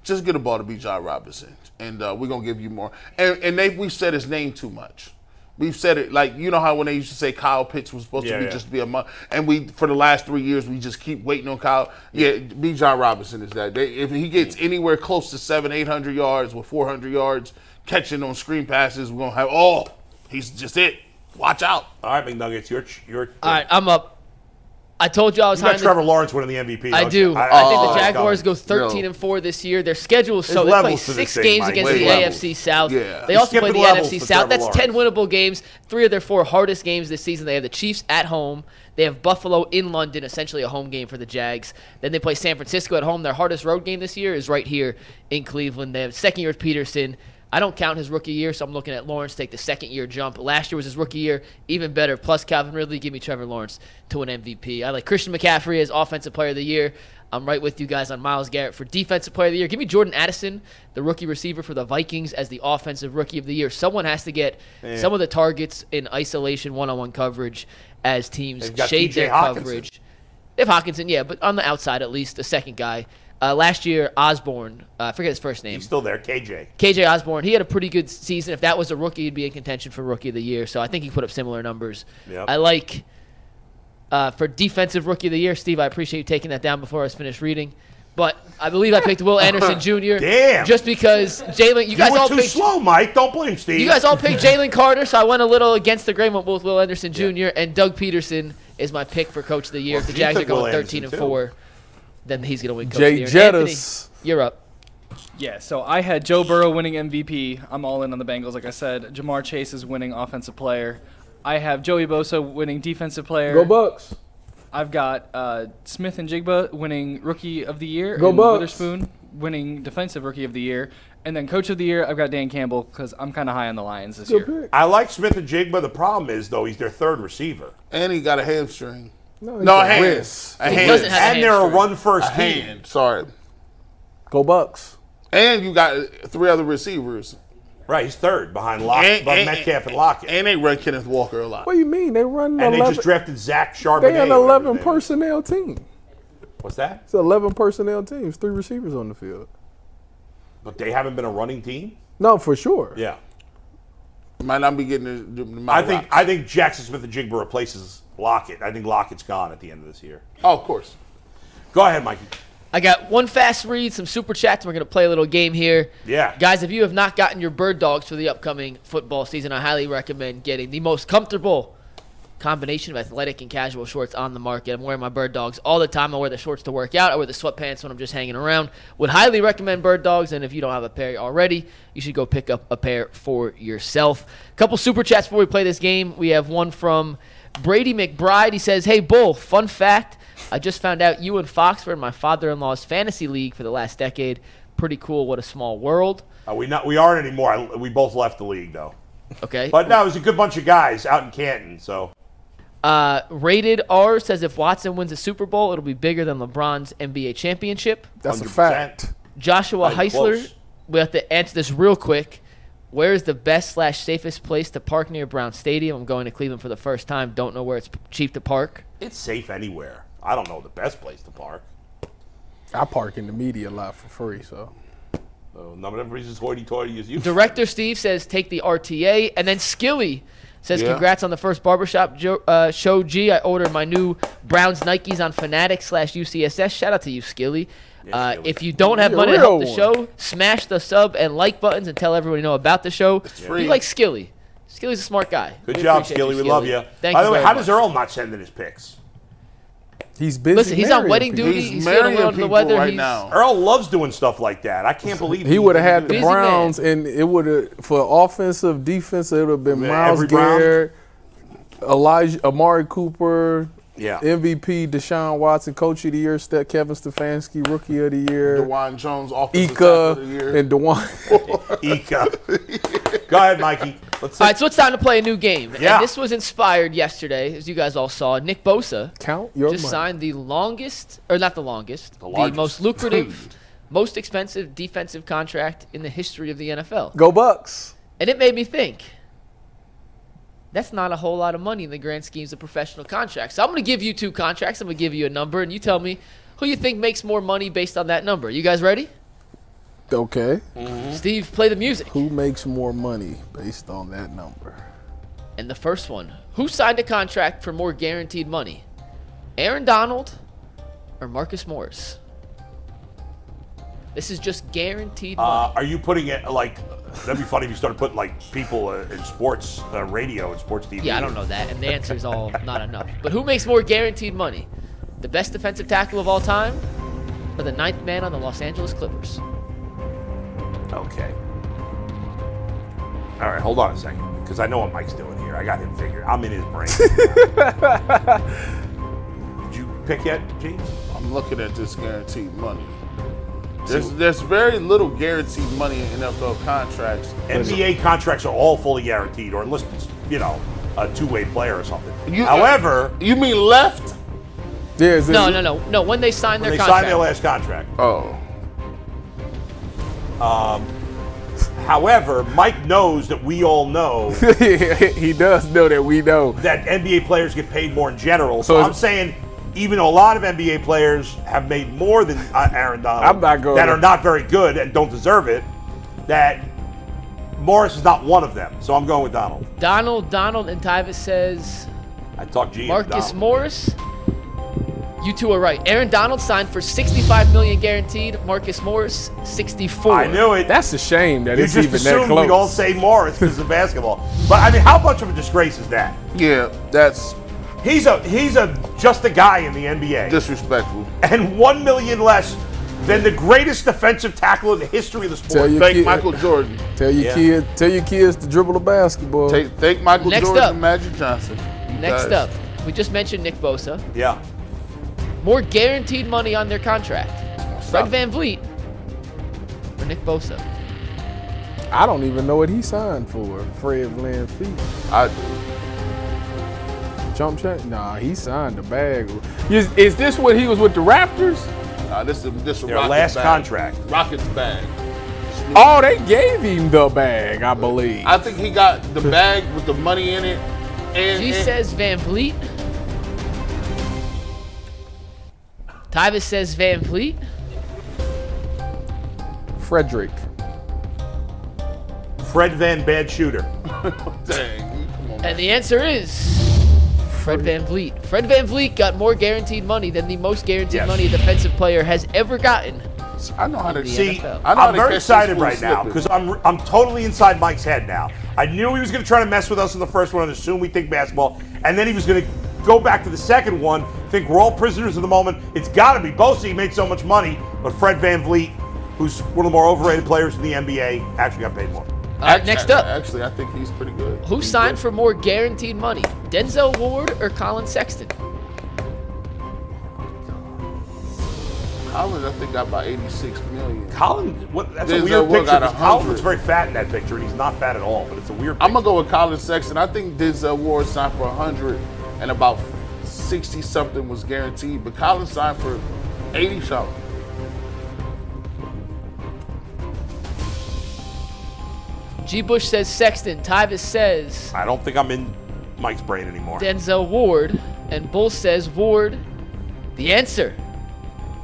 Speaker 4: Just get a ball to Bijan Robinson and uh, we're going to give you more." And and they we've said his name too much. We've said it like you know how when they used to say Kyle Pitts was supposed
Speaker 2: Yeah,
Speaker 4: to be
Speaker 2: yeah.
Speaker 4: just be a month, and we for the last three years we just keep waiting on Kyle. Yeah, B. John Robinson is that. They, if he gets anywhere close to seven, eight hundred yards with four hundred yards catching on screen passes, we're gonna have oh, he's just it. Watch out.
Speaker 2: All right, McNuggets, your your.
Speaker 1: All right, I'm up. I told you I was
Speaker 2: You got
Speaker 1: high.
Speaker 2: Trevor Lawrence winning the MVP.
Speaker 1: I
Speaker 2: don't
Speaker 1: do.
Speaker 2: you?
Speaker 1: I, think the
Speaker 2: it's
Speaker 1: Jaguars go
Speaker 2: coming.
Speaker 1: 13
Speaker 4: No.
Speaker 1: and four this year. Their schedule is so
Speaker 2: There's
Speaker 1: they play
Speaker 2: levels to this
Speaker 1: six
Speaker 2: thing,
Speaker 1: games
Speaker 2: Mike.
Speaker 1: against
Speaker 4: Way
Speaker 1: the
Speaker 4: levels.
Speaker 1: AFC South.
Speaker 4: Yeah.
Speaker 1: They
Speaker 4: You're
Speaker 1: also play the
Speaker 2: skipping levels
Speaker 1: NFC
Speaker 2: for
Speaker 1: South.
Speaker 2: Trevor
Speaker 1: That's
Speaker 2: Lawrence.
Speaker 1: 10 winnable games. Three of their four hardest games this season. They have the Chiefs at home. They have Buffalo in London, essentially a home game for the Jags. Then they play San Francisco at home. Their hardest road game this year is right here in Cleveland. They have second year Peterson. I don't count his rookie year, so I'm looking at Lawrence take the second year jump. Last year was his rookie year, even better. Plus Calvin Ridley, give me Trevor Lawrence to an MVP. I like Christian McCaffrey as offensive player of the year. I'm right with you guys on Miles Garrett for defensive player of the year. Give me Jordan Addison, the rookie receiver for the Vikings, as the offensive rookie of the year. Someone has to get some of the targets in isolation, one-on-one coverage, as teams
Speaker 2: They've got
Speaker 1: shade
Speaker 2: T.J.
Speaker 1: their
Speaker 2: Hawkinson.
Speaker 1: coverage. They have Hawkinson, yeah, but on the outside at least, the second guy. Uh, last year, Osborne, uh, I forget his first name.
Speaker 2: He's still there, KJ.
Speaker 1: KJ Osborne, he had a pretty good season. If that was a rookie, he'd be in contention for rookie of the year. So I think he put up similar numbers.
Speaker 2: Yep.
Speaker 1: I like uh, for defensive rookie of the year, Steve. I appreciate you taking that down before I was finished reading. But I believe I picked Will Anderson Jr.
Speaker 2: Damn.
Speaker 1: Just because Jalen, you,
Speaker 2: You
Speaker 1: guys
Speaker 2: were
Speaker 1: all
Speaker 2: too
Speaker 1: picked.
Speaker 2: slow, Mike. Don't blame Steve.
Speaker 1: You guys all picked Jalen Carter, so I went a little against the grain with both Will Anderson Jr. and Doug Peterson is my pick for coach of the year.
Speaker 2: Well,
Speaker 1: if the
Speaker 2: you
Speaker 1: Jags are
Speaker 2: took Will
Speaker 1: going 13 and
Speaker 2: Anderson, too.
Speaker 1: four, then he's going to win coach
Speaker 5: Jay
Speaker 1: of the year. And Anthony,
Speaker 5: Jettis.
Speaker 1: you're up.
Speaker 6: Yeah, so I had Joe Burrow winning MVP. I'm all in on the Bengals, like I said. Jamar Chase is winning offensive player. I have Joey Bosa winning defensive player.
Speaker 5: Go Bucks.
Speaker 6: I've got uh, Smith and Jigba winning Rookie of the Year.
Speaker 5: Go
Speaker 6: and
Speaker 5: Bucks.
Speaker 6: Witherspoon winning Defensive Rookie of the Year. And then Coach of the Year, I've got Dan Campbell because I'm kind of high on the Lions this
Speaker 5: Good
Speaker 6: year.
Speaker 5: pick.
Speaker 2: I like Smith and Jigba. The problem is though, he's their third receiver,
Speaker 4: And he got a hamstring.
Speaker 5: No,
Speaker 4: No,
Speaker 5: it's
Speaker 4: a
Speaker 5: a
Speaker 4: hand.
Speaker 5: wrist.
Speaker 4: A
Speaker 1: He
Speaker 4: hand.
Speaker 1: doesn't have-
Speaker 2: and they're a
Speaker 1: hamstring.
Speaker 2: run-first
Speaker 4: a
Speaker 2: team.
Speaker 4: hand. Sorry.
Speaker 5: Go Bucks.
Speaker 4: And you got three other receivers.
Speaker 2: Right, he's third behind Lock,
Speaker 4: And-
Speaker 2: above
Speaker 4: and-
Speaker 2: Uh, Metcalf and Lockett. And,
Speaker 4: And they run Kenneth Walker a lot.
Speaker 5: What do you mean? They run an
Speaker 2: they
Speaker 5: 11.
Speaker 2: just drafted Zach Charbonnet.
Speaker 5: they an
Speaker 2: or whatever
Speaker 5: 11
Speaker 2: his name is.
Speaker 5: personnel team.
Speaker 2: What's that?
Speaker 5: It's 11 personnel teams, three receivers on the field.
Speaker 2: But they haven't been a running team.
Speaker 5: No, for sure.
Speaker 2: Yeah,
Speaker 4: Might not be getting the, the, the
Speaker 2: I think I think Jackson Smith and Jigba replaces Lockett. I think Lockett's gone at the end of this year.
Speaker 4: Oh, of course.
Speaker 2: Go ahead, Mikey.
Speaker 1: I got one fast read, some super chats, and we're going to play a little game here.
Speaker 2: Yeah.
Speaker 1: Guys, if you have not gotten your bird dogs for the upcoming football season, I highly recommend getting the most comfortable combination of athletic and casual shorts on the market. I'm wearing my bird dogs all the time. I wear the shorts to work out. I wear the sweatpants when I'm just hanging around. Would highly recommend bird dogs, and if you don't have a pair already, you should go pick up a pair for yourself. couple super chats before we play this game. We have one from Brady McBride. He says, Hey, Bull, fun fact. I just found out you and Fox were in my father in law's fantasy league for the last decade. Pretty cool. What a small world.
Speaker 2: Uh, we not we aren't anymore. I, we both left the league though.
Speaker 1: Okay.
Speaker 2: But no, it was a good bunch of guys out in Canton. So
Speaker 1: Uh, rated R says if Watson wins a Super Bowl, it'll be bigger than LeBron's NBA championship.
Speaker 5: That's a
Speaker 2: 100%.
Speaker 5: fact.
Speaker 1: Joshua
Speaker 2: Not even
Speaker 1: Heisler,
Speaker 2: close.
Speaker 1: we have to answer this real quick. Where is the best slash safest place to park near Brown Stadium? I'm going to Cleveland for the first time. Don't know where it's p- cheap to park.
Speaker 2: it's safe anywhere. I don't know the best place to park.
Speaker 5: I park in the media lot for free, so.
Speaker 2: So none of them reasons hoity-toity is you.
Speaker 1: Director Steve says take the RTA, and then Skilly says
Speaker 4: Yeah.
Speaker 1: congrats on the first barbershop jo- uh, show. G, I ordered my new Browns Nikes on Fanatics slash UCSS. Shout out to you, Skilly. Uh,
Speaker 2: Skilly.
Speaker 1: if you don't have
Speaker 5: You're a
Speaker 1: money to help
Speaker 5: real
Speaker 1: the
Speaker 5: one.
Speaker 1: show, smash the sub and like buttons and tell everyone you know about the show.
Speaker 4: free.
Speaker 1: Be like Skilly. Skilly's a smart guy.
Speaker 2: Good
Speaker 1: We
Speaker 2: job,
Speaker 1: appreciate you,
Speaker 2: Skilly. We love you.
Speaker 1: Thank
Speaker 2: By
Speaker 1: you
Speaker 2: the way,
Speaker 1: very
Speaker 2: how
Speaker 1: much.
Speaker 2: does Earl not send in his picks?
Speaker 5: He's busy.
Speaker 1: Listen, he's on
Speaker 5: marrying
Speaker 1: wedding
Speaker 5: people.
Speaker 1: duty.
Speaker 4: He's,
Speaker 1: He's, feeling
Speaker 4: marrying
Speaker 1: well
Speaker 4: people
Speaker 1: under the weather.
Speaker 4: right
Speaker 1: he's,
Speaker 4: now.
Speaker 2: Earl loves doing stuff like that. I can't believe
Speaker 3: He would have had the
Speaker 1: Busy man.
Speaker 3: Browns, and it would have for offensive, defensive, it would have been
Speaker 2: Man,
Speaker 3: Miles
Speaker 2: every Brown.
Speaker 3: Garrett, Elijah, Amari Cooper,
Speaker 2: Yeah.
Speaker 3: MVP, Deshaun Watson, Coach of the Year, Ste- Kevin Stefanski, Rookie of the Year,
Speaker 4: Dewan Jones, offensive tackle
Speaker 3: Ika,
Speaker 4: of the year.
Speaker 3: and Dewan.
Speaker 2: Eka. Go ahead, Mikey. Let's
Speaker 1: All right, so it's time to play a new game.
Speaker 2: Yeah.
Speaker 1: And this was inspired yesterday, as you guys all saw. Nick Bosa
Speaker 3: Count your
Speaker 1: just
Speaker 3: money.
Speaker 1: signed the longest, or not the longest, the,
Speaker 2: largest.
Speaker 1: most lucrative, most expensive defensive contract in the history of the NFL.
Speaker 3: Go Bucks.
Speaker 1: And it made me think that's not a whole lot of money in the grand schemes of professional contracts. So I'm going to give you two contracts. I'm going to give you a number, and you tell me who you think makes more money based on that number. You guys ready?
Speaker 3: Okay.
Speaker 1: Steve, play the music.
Speaker 3: Who makes more money based on that number?
Speaker 1: And the first one who signed a contract for more guaranteed money? Aaron Donald or Marcus Morris? This is just guaranteed money.
Speaker 2: Uh, are you putting it like? That'd be funny if you started putting like people uh, in sports uh, radio and sports TV.
Speaker 1: Yeah, I don't know that. And the answer is all not enough. But who makes more guaranteed money? The best defensive tackle of all time or the ninth man on the Los Angeles Clippers?
Speaker 2: Okay. All right, hold on a second, because I know what Mike's doing here. I got him figured. I'm in his brain. Did you pick yet, G?
Speaker 4: I'm looking at this guaranteed money. There's, there's very little guaranteed money in NFL contracts.
Speaker 2: NBA contracts are all fully guaranteed, or unless it's you know a two-way player or something.
Speaker 4: You-
Speaker 3: uh,
Speaker 2: However,
Speaker 4: You mean left?
Speaker 3: Yeah, is it-
Speaker 1: No, no, no. No, when they sign their
Speaker 2: when they
Speaker 1: contract.
Speaker 2: signed their last contract.
Speaker 4: Oh.
Speaker 2: However, Mike knows that we all know
Speaker 3: he does know that we know.
Speaker 2: that NBA players get paid more in general. So,
Speaker 3: So is-
Speaker 2: I'm saying, even though a lot of NBA players have made more than uh, Aaron Donald,
Speaker 3: I'm not going
Speaker 2: that
Speaker 3: to-
Speaker 2: are not very good and don't deserve it, that Morris is not one of them. So I'm going with Donald.
Speaker 1: Donald, Donald, and Tyvis says
Speaker 2: I talked G.
Speaker 1: Marcus
Speaker 2: Donald.
Speaker 1: Morris. You two are right. Aaron Donald signed for 65 million guaranteed. Marcus Morris 64.
Speaker 2: I knew it.
Speaker 3: That's a shame that
Speaker 2: you
Speaker 3: it's
Speaker 2: just
Speaker 3: even that
Speaker 2: assumed we'd all
Speaker 3: close.
Speaker 2: say Morris because of basketball. But I mean, how much of a disgrace is that?
Speaker 4: Yeah, that's
Speaker 2: He's a he's a just a guy in the NBA.
Speaker 4: disrespectful.
Speaker 2: and one million less than the greatest defensive tackle in the history of the sport.
Speaker 3: Tell your
Speaker 4: Thank
Speaker 3: kid-
Speaker 4: Michael Jordan.
Speaker 3: Tell your
Speaker 2: Yeah.
Speaker 3: kid, tell your kids to dribble the basketball.
Speaker 4: Take, thank Michael
Speaker 1: Next
Speaker 4: Jordan
Speaker 1: up.
Speaker 4: and Magic Johnson. You
Speaker 1: Next
Speaker 4: guys-
Speaker 1: up, we just mentioned Nick Bosa.
Speaker 2: yeah.
Speaker 1: More guaranteed money on their contract. Fred
Speaker 4: Stop.
Speaker 1: Van Vliet or Nick Bosa?
Speaker 3: I don't even know what he signed for. Fred Lynn Fee.
Speaker 4: I do.
Speaker 3: Jump shot? Nah, he signed the bag. Is, is this when he was with the Raptors?
Speaker 4: Nah, this is this is
Speaker 2: Their
Speaker 4: Rockets
Speaker 2: last
Speaker 4: bag.
Speaker 2: contract.
Speaker 4: Rockets bag.
Speaker 3: Oh, they gave him the bag, I believe.
Speaker 4: I think he got the bag with the money in it. And,
Speaker 1: G
Speaker 4: and-
Speaker 1: says Van Vliet. Tyvis says Van Vliet.
Speaker 3: Frederick.
Speaker 2: Fred Van Bad Shooter.
Speaker 4: dang, come on.
Speaker 1: And the answer is Fred Van Vliet. Fred Van Vliet got more guaranteed money than the most guaranteed
Speaker 2: Yes.
Speaker 1: money a defensive player has ever gotten.
Speaker 4: I know how to
Speaker 1: the
Speaker 2: See,
Speaker 1: NFL.
Speaker 4: I know how
Speaker 2: I'm
Speaker 4: to
Speaker 2: very
Speaker 4: catch
Speaker 2: excited
Speaker 4: these
Speaker 2: right
Speaker 4: fools
Speaker 2: now
Speaker 4: slipping.
Speaker 2: because I'm I'm totally inside Mike's head now. I knew he was going to try to mess with us in the first one and assume we think basketball, and then he was going to go back to the second one, think we're all prisoners of the moment. It's got to be Bosa. He made so much money, but Fred Van Vliet, who's one of the more overrated players in the NBA, actually got paid more.
Speaker 1: All right, next
Speaker 4: Actually-
Speaker 1: up,
Speaker 4: Actually, I think he's pretty good.
Speaker 1: who
Speaker 4: He's
Speaker 1: signed
Speaker 4: good.
Speaker 1: for more guaranteed money? Denzel Ward or Colin Sexton?
Speaker 4: Collins? I think got about 86 million.
Speaker 2: Colin, what, that's a
Speaker 4: Denzel
Speaker 2: weird
Speaker 4: Ward
Speaker 2: picture.
Speaker 4: got
Speaker 2: 'cause Colin
Speaker 4: 100.
Speaker 2: looks very fat in that picture, and he's not fat at all. But it's a weird.
Speaker 4: I'm
Speaker 2: picture.
Speaker 4: gonna go with Colin Sexton. I think Denzel Ward signed for 100 and about 60 something was guaranteed, but Colin signed for 80 something.
Speaker 1: G. Bush says Sexton. Tyvis says
Speaker 2: I don't think I'm in Mike's brain anymore.
Speaker 1: Denzel Ward, and Bull says Ward. The answer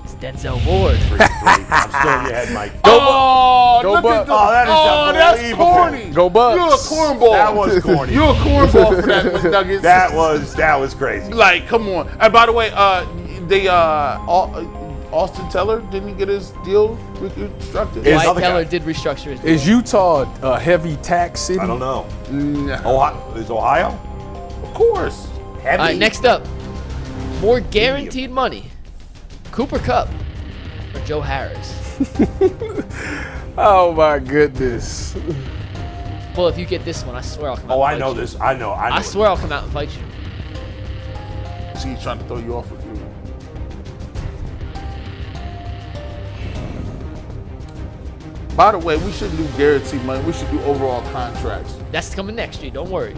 Speaker 1: is Denzel Ward.
Speaker 2: I'm still in your head, Mike.
Speaker 4: Oh,
Speaker 3: Go
Speaker 4: look
Speaker 3: Buck.
Speaker 4: at the,
Speaker 2: Oh, that is
Speaker 4: oh, that's
Speaker 2: unbelievable.
Speaker 4: corny.
Speaker 3: Go Bucks.
Speaker 4: You're a cornball.
Speaker 2: That was corny.
Speaker 4: You're a cornball for that McNuggets.
Speaker 2: That was that was crazy.
Speaker 4: like, come on. And by the way, uh, they uh, Au- uh, Austin Teller didn't he get his deal reconstructed.
Speaker 2: Is-
Speaker 1: Wyatt
Speaker 2: another guy.
Speaker 1: Keller did restructure his deal.
Speaker 3: Is Utah a heavy tax city?
Speaker 2: I don't know.
Speaker 4: Nah,
Speaker 2: Ohio is Ohio
Speaker 4: of course.
Speaker 2: heavy.
Speaker 1: All right, next up. More guaranteed money, Cooper Cup or Joe Harris?
Speaker 5: Oh my goodness.
Speaker 1: Well, if you get this one, I swear I'll come out.
Speaker 2: Oh,
Speaker 1: and
Speaker 2: I
Speaker 1: fight
Speaker 2: know
Speaker 1: you.
Speaker 2: this. I know. I, know
Speaker 1: I
Speaker 2: it.
Speaker 1: swear I'll come out and fight you.
Speaker 4: See, he's trying to throw you off with you. By the way, we shouldn't do guaranteed money. We should do overall contracts.
Speaker 1: That's coming next, G. Don't worry.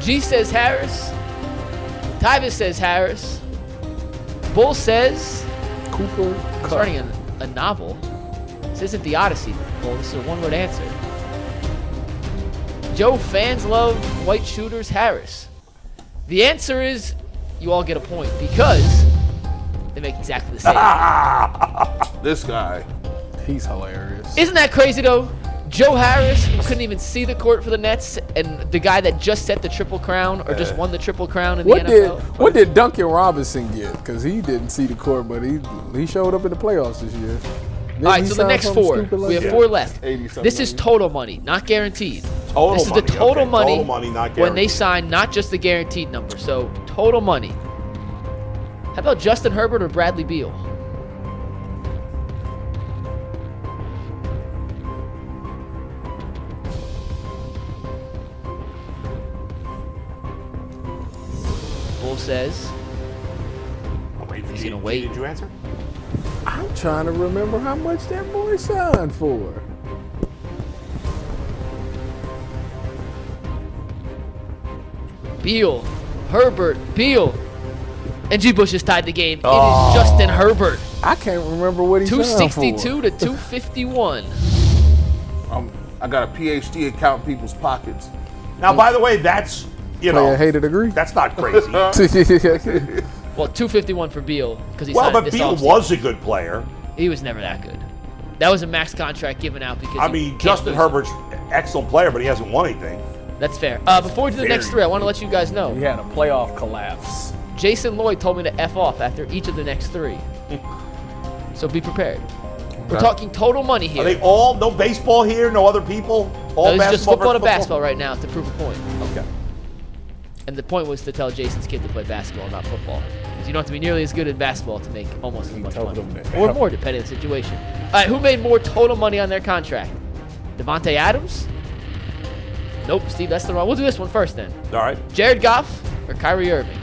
Speaker 1: G says Harris. Tyvis says Harris. Bull says
Speaker 5: Cooper
Speaker 1: He's writing a, a novel. This isn't the Odyssey. Well, this is a one-word answer. Joe fans love white shooters Harris. The answer is you all get a point because they make exactly the same.
Speaker 4: This guy.
Speaker 5: He's hilarious.
Speaker 1: isn't that crazy though? Joe Harris, who couldn't even see the court for the Nets, and the guy that just set the triple crown or just won the triple crown in
Speaker 3: What
Speaker 1: the
Speaker 3: did
Speaker 1: NFL.
Speaker 3: what did Duncan Robinson get? Because he didn't see the court, but he he showed up in the playoffs this year. Didn't
Speaker 1: All right,
Speaker 3: he
Speaker 1: so the
Speaker 3: sign
Speaker 1: next
Speaker 3: something
Speaker 1: four.
Speaker 3: stupid like
Speaker 1: We have
Speaker 3: that?
Speaker 1: four left.
Speaker 4: 87
Speaker 1: This is
Speaker 4: million.
Speaker 1: total money, not guaranteed.
Speaker 2: Total
Speaker 1: this is the
Speaker 2: money,
Speaker 1: total
Speaker 2: okay,
Speaker 1: money,
Speaker 2: total money, not
Speaker 1: when they
Speaker 2: guaranteed.
Speaker 1: sign, not just the guaranteed number. So total money. How about Justin Herbert or Bradley Beal? Bull says
Speaker 2: I'm waiting for
Speaker 1: He's
Speaker 2: G-
Speaker 1: gonna wait.
Speaker 2: Did you answer?
Speaker 3: I'm trying to remember how much that boy signed for.
Speaker 1: Beal, Herbert, Beal, and G. Bush has tied the game.
Speaker 2: Oh.
Speaker 1: It is Justin Herbert.
Speaker 3: I can't remember what he signed for.
Speaker 1: 262 to 251.
Speaker 4: Um, I got a PhD in counting people's pockets.
Speaker 2: Now, by the way, that's you
Speaker 3: Player
Speaker 2: know
Speaker 3: hated agree.
Speaker 2: that's not crazy.
Speaker 1: Well, 251 for Beal because he
Speaker 2: well,
Speaker 1: signed
Speaker 2: but
Speaker 1: this
Speaker 2: Beal
Speaker 1: offseason.
Speaker 2: was a good player.
Speaker 1: He was never that good. That was a max contract given out because
Speaker 2: I
Speaker 1: you
Speaker 2: mean,
Speaker 1: can't
Speaker 2: Justin
Speaker 1: lose.
Speaker 2: Herbert's excellent player, but he hasn't won anything.
Speaker 1: That's fair. Uh, before we do the
Speaker 2: Very
Speaker 1: next three, I want to let you guys know.
Speaker 5: He had a playoff collapse.
Speaker 1: Jason Lloyd told me to f off after each of the next three.
Speaker 2: Hmm.
Speaker 1: so be prepared. We're talking total money here.
Speaker 2: Are they all no baseball here? No other people? All
Speaker 1: No, it's just football to
Speaker 2: versus
Speaker 1: basketball right now to prove a point.
Speaker 2: Okay.
Speaker 1: And the point was to tell Jason's kid to play basketball, not football. 'Cause you don't have to be nearly as good at basketball to make almost as much money. Or more, depending on the situation. All right, who made more total money on their contract? Devontae Adams? Nope, Steve, that's the wrong. We'll do this one first then.
Speaker 2: All right.
Speaker 1: Jared Goff or Kyrie Irving?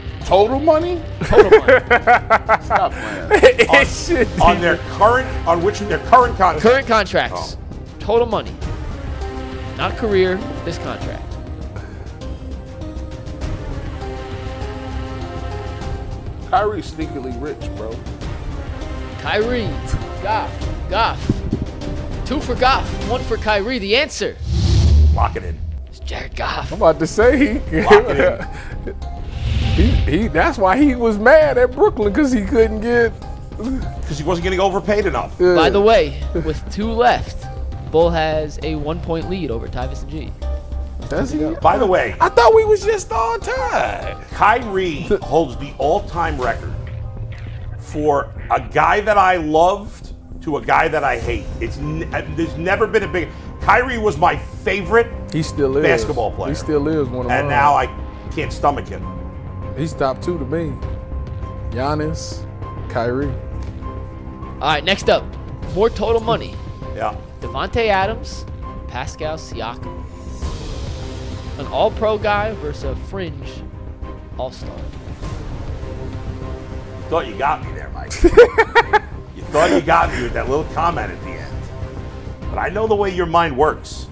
Speaker 4: Total money?
Speaker 1: Total money.
Speaker 4: Stop playing.
Speaker 2: on their current, on which their current contract.
Speaker 1: Current contracts.
Speaker 2: Oh.
Speaker 1: Total money. Not career, this contract.
Speaker 4: Kyrie's sneakily rich, bro.
Speaker 1: Kyrie, Goff, Goff. Two for Goff, one for Kyrie. The answer
Speaker 2: Lock it in.
Speaker 1: is Jared Goff.
Speaker 3: I'm about to say he,
Speaker 2: Lock it in.
Speaker 3: he, he that's why he was mad at Brooklyn because he couldn't get.
Speaker 2: Because he wasn't getting overpaid enough.
Speaker 1: By the way, with two left, Bull has a one-point lead over Tyvis and G.
Speaker 3: Does he?
Speaker 2: By the way,
Speaker 5: I thought we was just all tied.
Speaker 2: Kyrie holds the all-time record for a guy that I loved to a guy that I hate. It's n- uh, there's never been a big. Kyrie was my favorite,
Speaker 3: He still is
Speaker 2: Basketball player.
Speaker 3: He still is one of
Speaker 2: and
Speaker 3: mine.
Speaker 2: now I can't stomach him.
Speaker 3: he's top two to me. Giannis, Kyrie.
Speaker 1: All right, next up, more total money:
Speaker 2: Yeah.
Speaker 1: Devonte Adams, Pascal Siakam, an All-Pro guy versus a fringe All-Star.
Speaker 2: Thought you got me there, Mike. you thought you got me with that little comment at the end. But I know the way your mind works.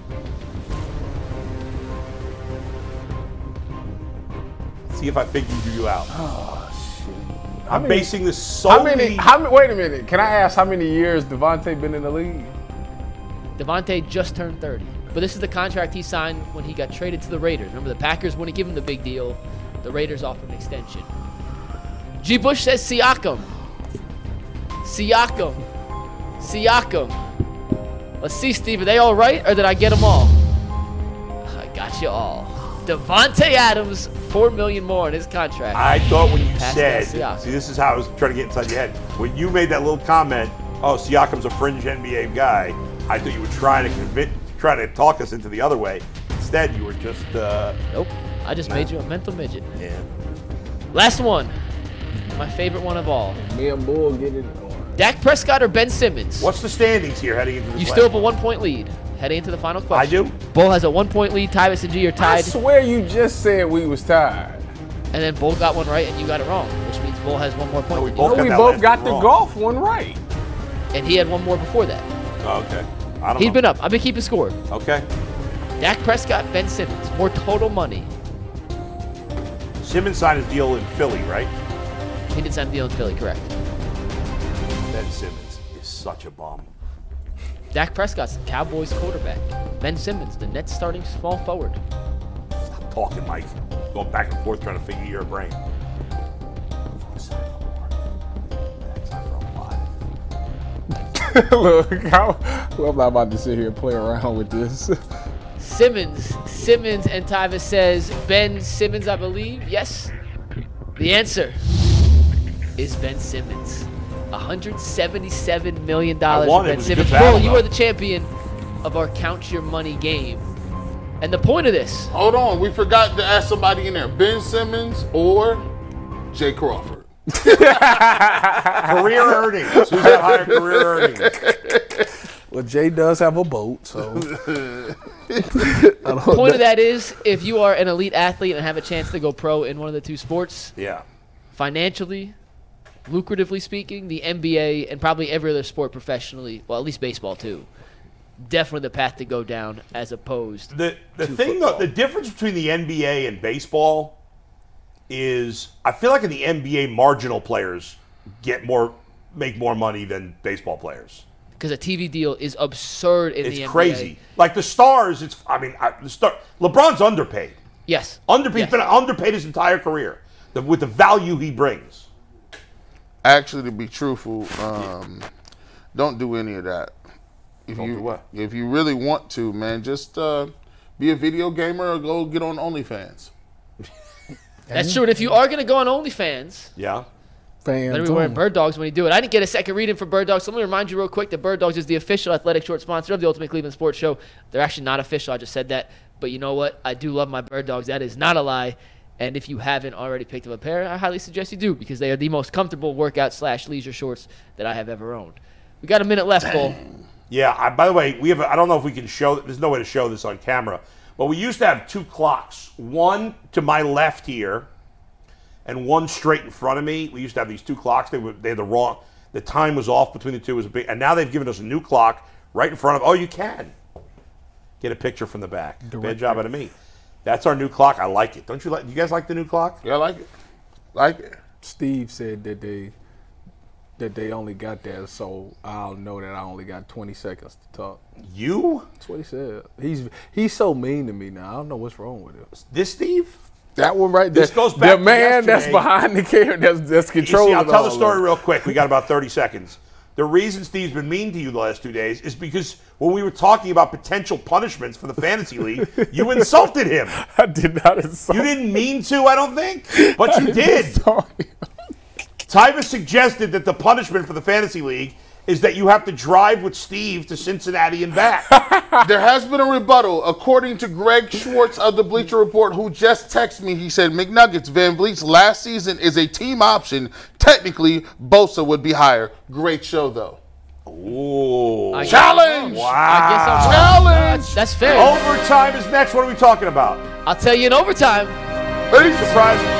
Speaker 2: See if I figure you out. Oh shit! I'm
Speaker 3: many-
Speaker 2: basing this
Speaker 3: How
Speaker 2: solely.
Speaker 3: many? How many? Wait a minute. Can I ask how many years Devontae been in the league?
Speaker 1: Devonte just turned 30, but this is the contract he signed when he got traded to the Raiders. Remember, the Packers wouldn't give him the big deal. The Raiders offered an extension. G. Bush says Siakam. Siakam. Siakam. Let's see, Steve. Are they all right, or did I get them all? I got you all. Devonte Adams, four million more in his contract.
Speaker 2: I thought when you
Speaker 1: Pascal
Speaker 2: said,
Speaker 1: Siakam.
Speaker 2: see, this is how I was trying to get inside your head. When you made that little comment, oh, Siakam's a fringe NBA guy, I thought you were trying to convince, trying to talk us into the other way. Instead, you were just, uh,
Speaker 1: nope. I just made you a mental midget.
Speaker 2: yeah.
Speaker 1: Last one. my favorite one of all.
Speaker 3: Me and Bull get it on.
Speaker 1: Dak Prescott or Ben Simmons?
Speaker 2: What's the standings here heading into the
Speaker 1: You still have a one point lead heading into the final
Speaker 2: I
Speaker 1: question.
Speaker 2: do.
Speaker 1: Bull has a one point lead. Tyvus and G are
Speaker 3: I
Speaker 1: tied.
Speaker 3: swear you just said we was tired.
Speaker 1: and then Bull got one right and you got it wrong, which means Bull has one more point.
Speaker 2: we
Speaker 1: than
Speaker 2: both
Speaker 1: you.
Speaker 3: But
Speaker 2: got
Speaker 3: we
Speaker 2: that
Speaker 3: both
Speaker 2: last
Speaker 3: got
Speaker 2: one
Speaker 3: the
Speaker 2: wrong.
Speaker 3: golf one right.
Speaker 1: And he had one more before that.
Speaker 2: Oh, okay. I don't
Speaker 1: He'd
Speaker 2: know.
Speaker 1: been up. I've been keeping score.
Speaker 2: okay.
Speaker 1: Dak Prescott, Ben Simmons, more total money.
Speaker 2: Simmons signed his deal in Philly, right?
Speaker 1: He did sign a deal in Philly, correct?
Speaker 2: Ben Simmons is such a bum.
Speaker 1: Dak Prescott's the Cowboys quarterback. Ben Simmons, the Nets starting small forward.
Speaker 2: Stop talking, Mike. Going back and forth trying to figure your brain. That's not for a lot.
Speaker 3: Look, I'm, I'm not about to sit here and play around with this.
Speaker 1: Simmons, Simmons, and Tyvis says Ben Simmons, I believe. Yes. The answer is Ben Simmons. $177 million
Speaker 2: I
Speaker 1: for
Speaker 2: won. It
Speaker 1: Ben
Speaker 2: was a
Speaker 1: Simmons.
Speaker 2: good battle,
Speaker 1: Bull, you
Speaker 2: though.
Speaker 1: are the champion of our Count Your Money game. And the point of this,
Speaker 4: Hold on, we forgot to ask somebody in there: Ben Simmons or Jay Crawford.
Speaker 2: Career earnings. Who's got higher career earnings?
Speaker 5: Well, Jay does have a boat, so
Speaker 1: point of that is if you are an elite athlete and have a chance to go pro in one of the two sports,
Speaker 2: Yeah.
Speaker 1: financially, lucratively speaking, the NBA and probably every other sport professionally, well, at least baseball too, definitely the path to go down as opposed.
Speaker 2: The the thing though, the difference between the NBA and baseball is I feel like in the NBA marginal players get more make more money than baseball players.
Speaker 1: Because a TV deal is absurd in
Speaker 2: It's
Speaker 1: the NBA.
Speaker 2: crazy. Like the stars, it's I mean, I, the star LeBron's underpaid.
Speaker 1: Yes.
Speaker 2: Underpaid,
Speaker 1: Yes.
Speaker 2: he's been underpaid his entire career the, with the value he brings.
Speaker 4: Actually, to be truthful, um, don't do any of that. If
Speaker 2: Don't
Speaker 4: you
Speaker 2: do what?
Speaker 4: if you really want to, man, just uh, be a video gamer or go get on OnlyFans.
Speaker 1: That's true. And if you are going to go on OnlyFans,
Speaker 2: Yeah.
Speaker 5: fans.
Speaker 1: better be wearing
Speaker 5: only.
Speaker 1: Bird Dogs when you do it. I didn't get a second reading for Bird Dogs. So let me remind you real quick that Bird Dogs is the official athletic short sponsor of the Ultimate Cleveland Sports Show. They're actually not official. I just said that. But you know what? I do love my Bird Dogs. That is not a lie. And if you haven't already picked up a pair, I highly suggest you do because they are the most comfortable workout slash leisure shorts that I have ever owned. We got a minute left, Bull.
Speaker 2: Yeah. I, by the way, we have. A, I don't know if we can show. There's no way to show this on camera, but we used to have two clocks. One to my left here, and one straight in front of me. We used to have these two clocks. They were they had the wrong. The time was off between the two. It was a big, and now they've given us a new clock right in front of. Oh, you can get a picture from the back. Bad job out of me. That's our new clock. I like it. Don't you like? You guys like the new clock?
Speaker 4: Yeah, I like it. Like it.
Speaker 3: Steve said that they that they only got that, so I'll know that I only got 20 seconds to talk.
Speaker 2: You
Speaker 3: That's what he said. He's he's so mean to me now. I don't know what's wrong with him.
Speaker 2: this Steve?
Speaker 3: That one right there.
Speaker 2: This goes back
Speaker 3: The
Speaker 2: to
Speaker 3: man that's
Speaker 2: yesterday.
Speaker 3: behind the camera that's that's
Speaker 2: You
Speaker 3: controlling.
Speaker 2: see, I'll tell
Speaker 3: all
Speaker 2: the
Speaker 3: of
Speaker 2: story
Speaker 3: it.
Speaker 2: real quick. We got about 30 seconds. The reason Steve's been mean to you the last two days is because when we were talking about potential punishments for the fantasy league, you insulted him.
Speaker 3: I did not insult.
Speaker 2: You didn't mean to, I don't think, but you did.
Speaker 3: Sorry.
Speaker 2: Tyvus suggested that the punishment for the fantasy league is that you have to drive with Steve to Cincinnati and back.
Speaker 4: There has been a rebuttal, according to Greg Schwartz of the Bleacher Report, who just texted me. He said McNuggets Van Vliet's last season is a team option. Technically, Bosa would be higher. Great show though.
Speaker 2: Ooh.
Speaker 1: I guess I'm
Speaker 4: Challenge!
Speaker 1: wrong. I guess I'm wrong.
Speaker 4: Challenge!
Speaker 1: No, that's,
Speaker 2: Oh.
Speaker 1: that's fair.
Speaker 2: Overtime is next. What are we talking about?
Speaker 1: I'll tell you in overtime.
Speaker 2: Surprise.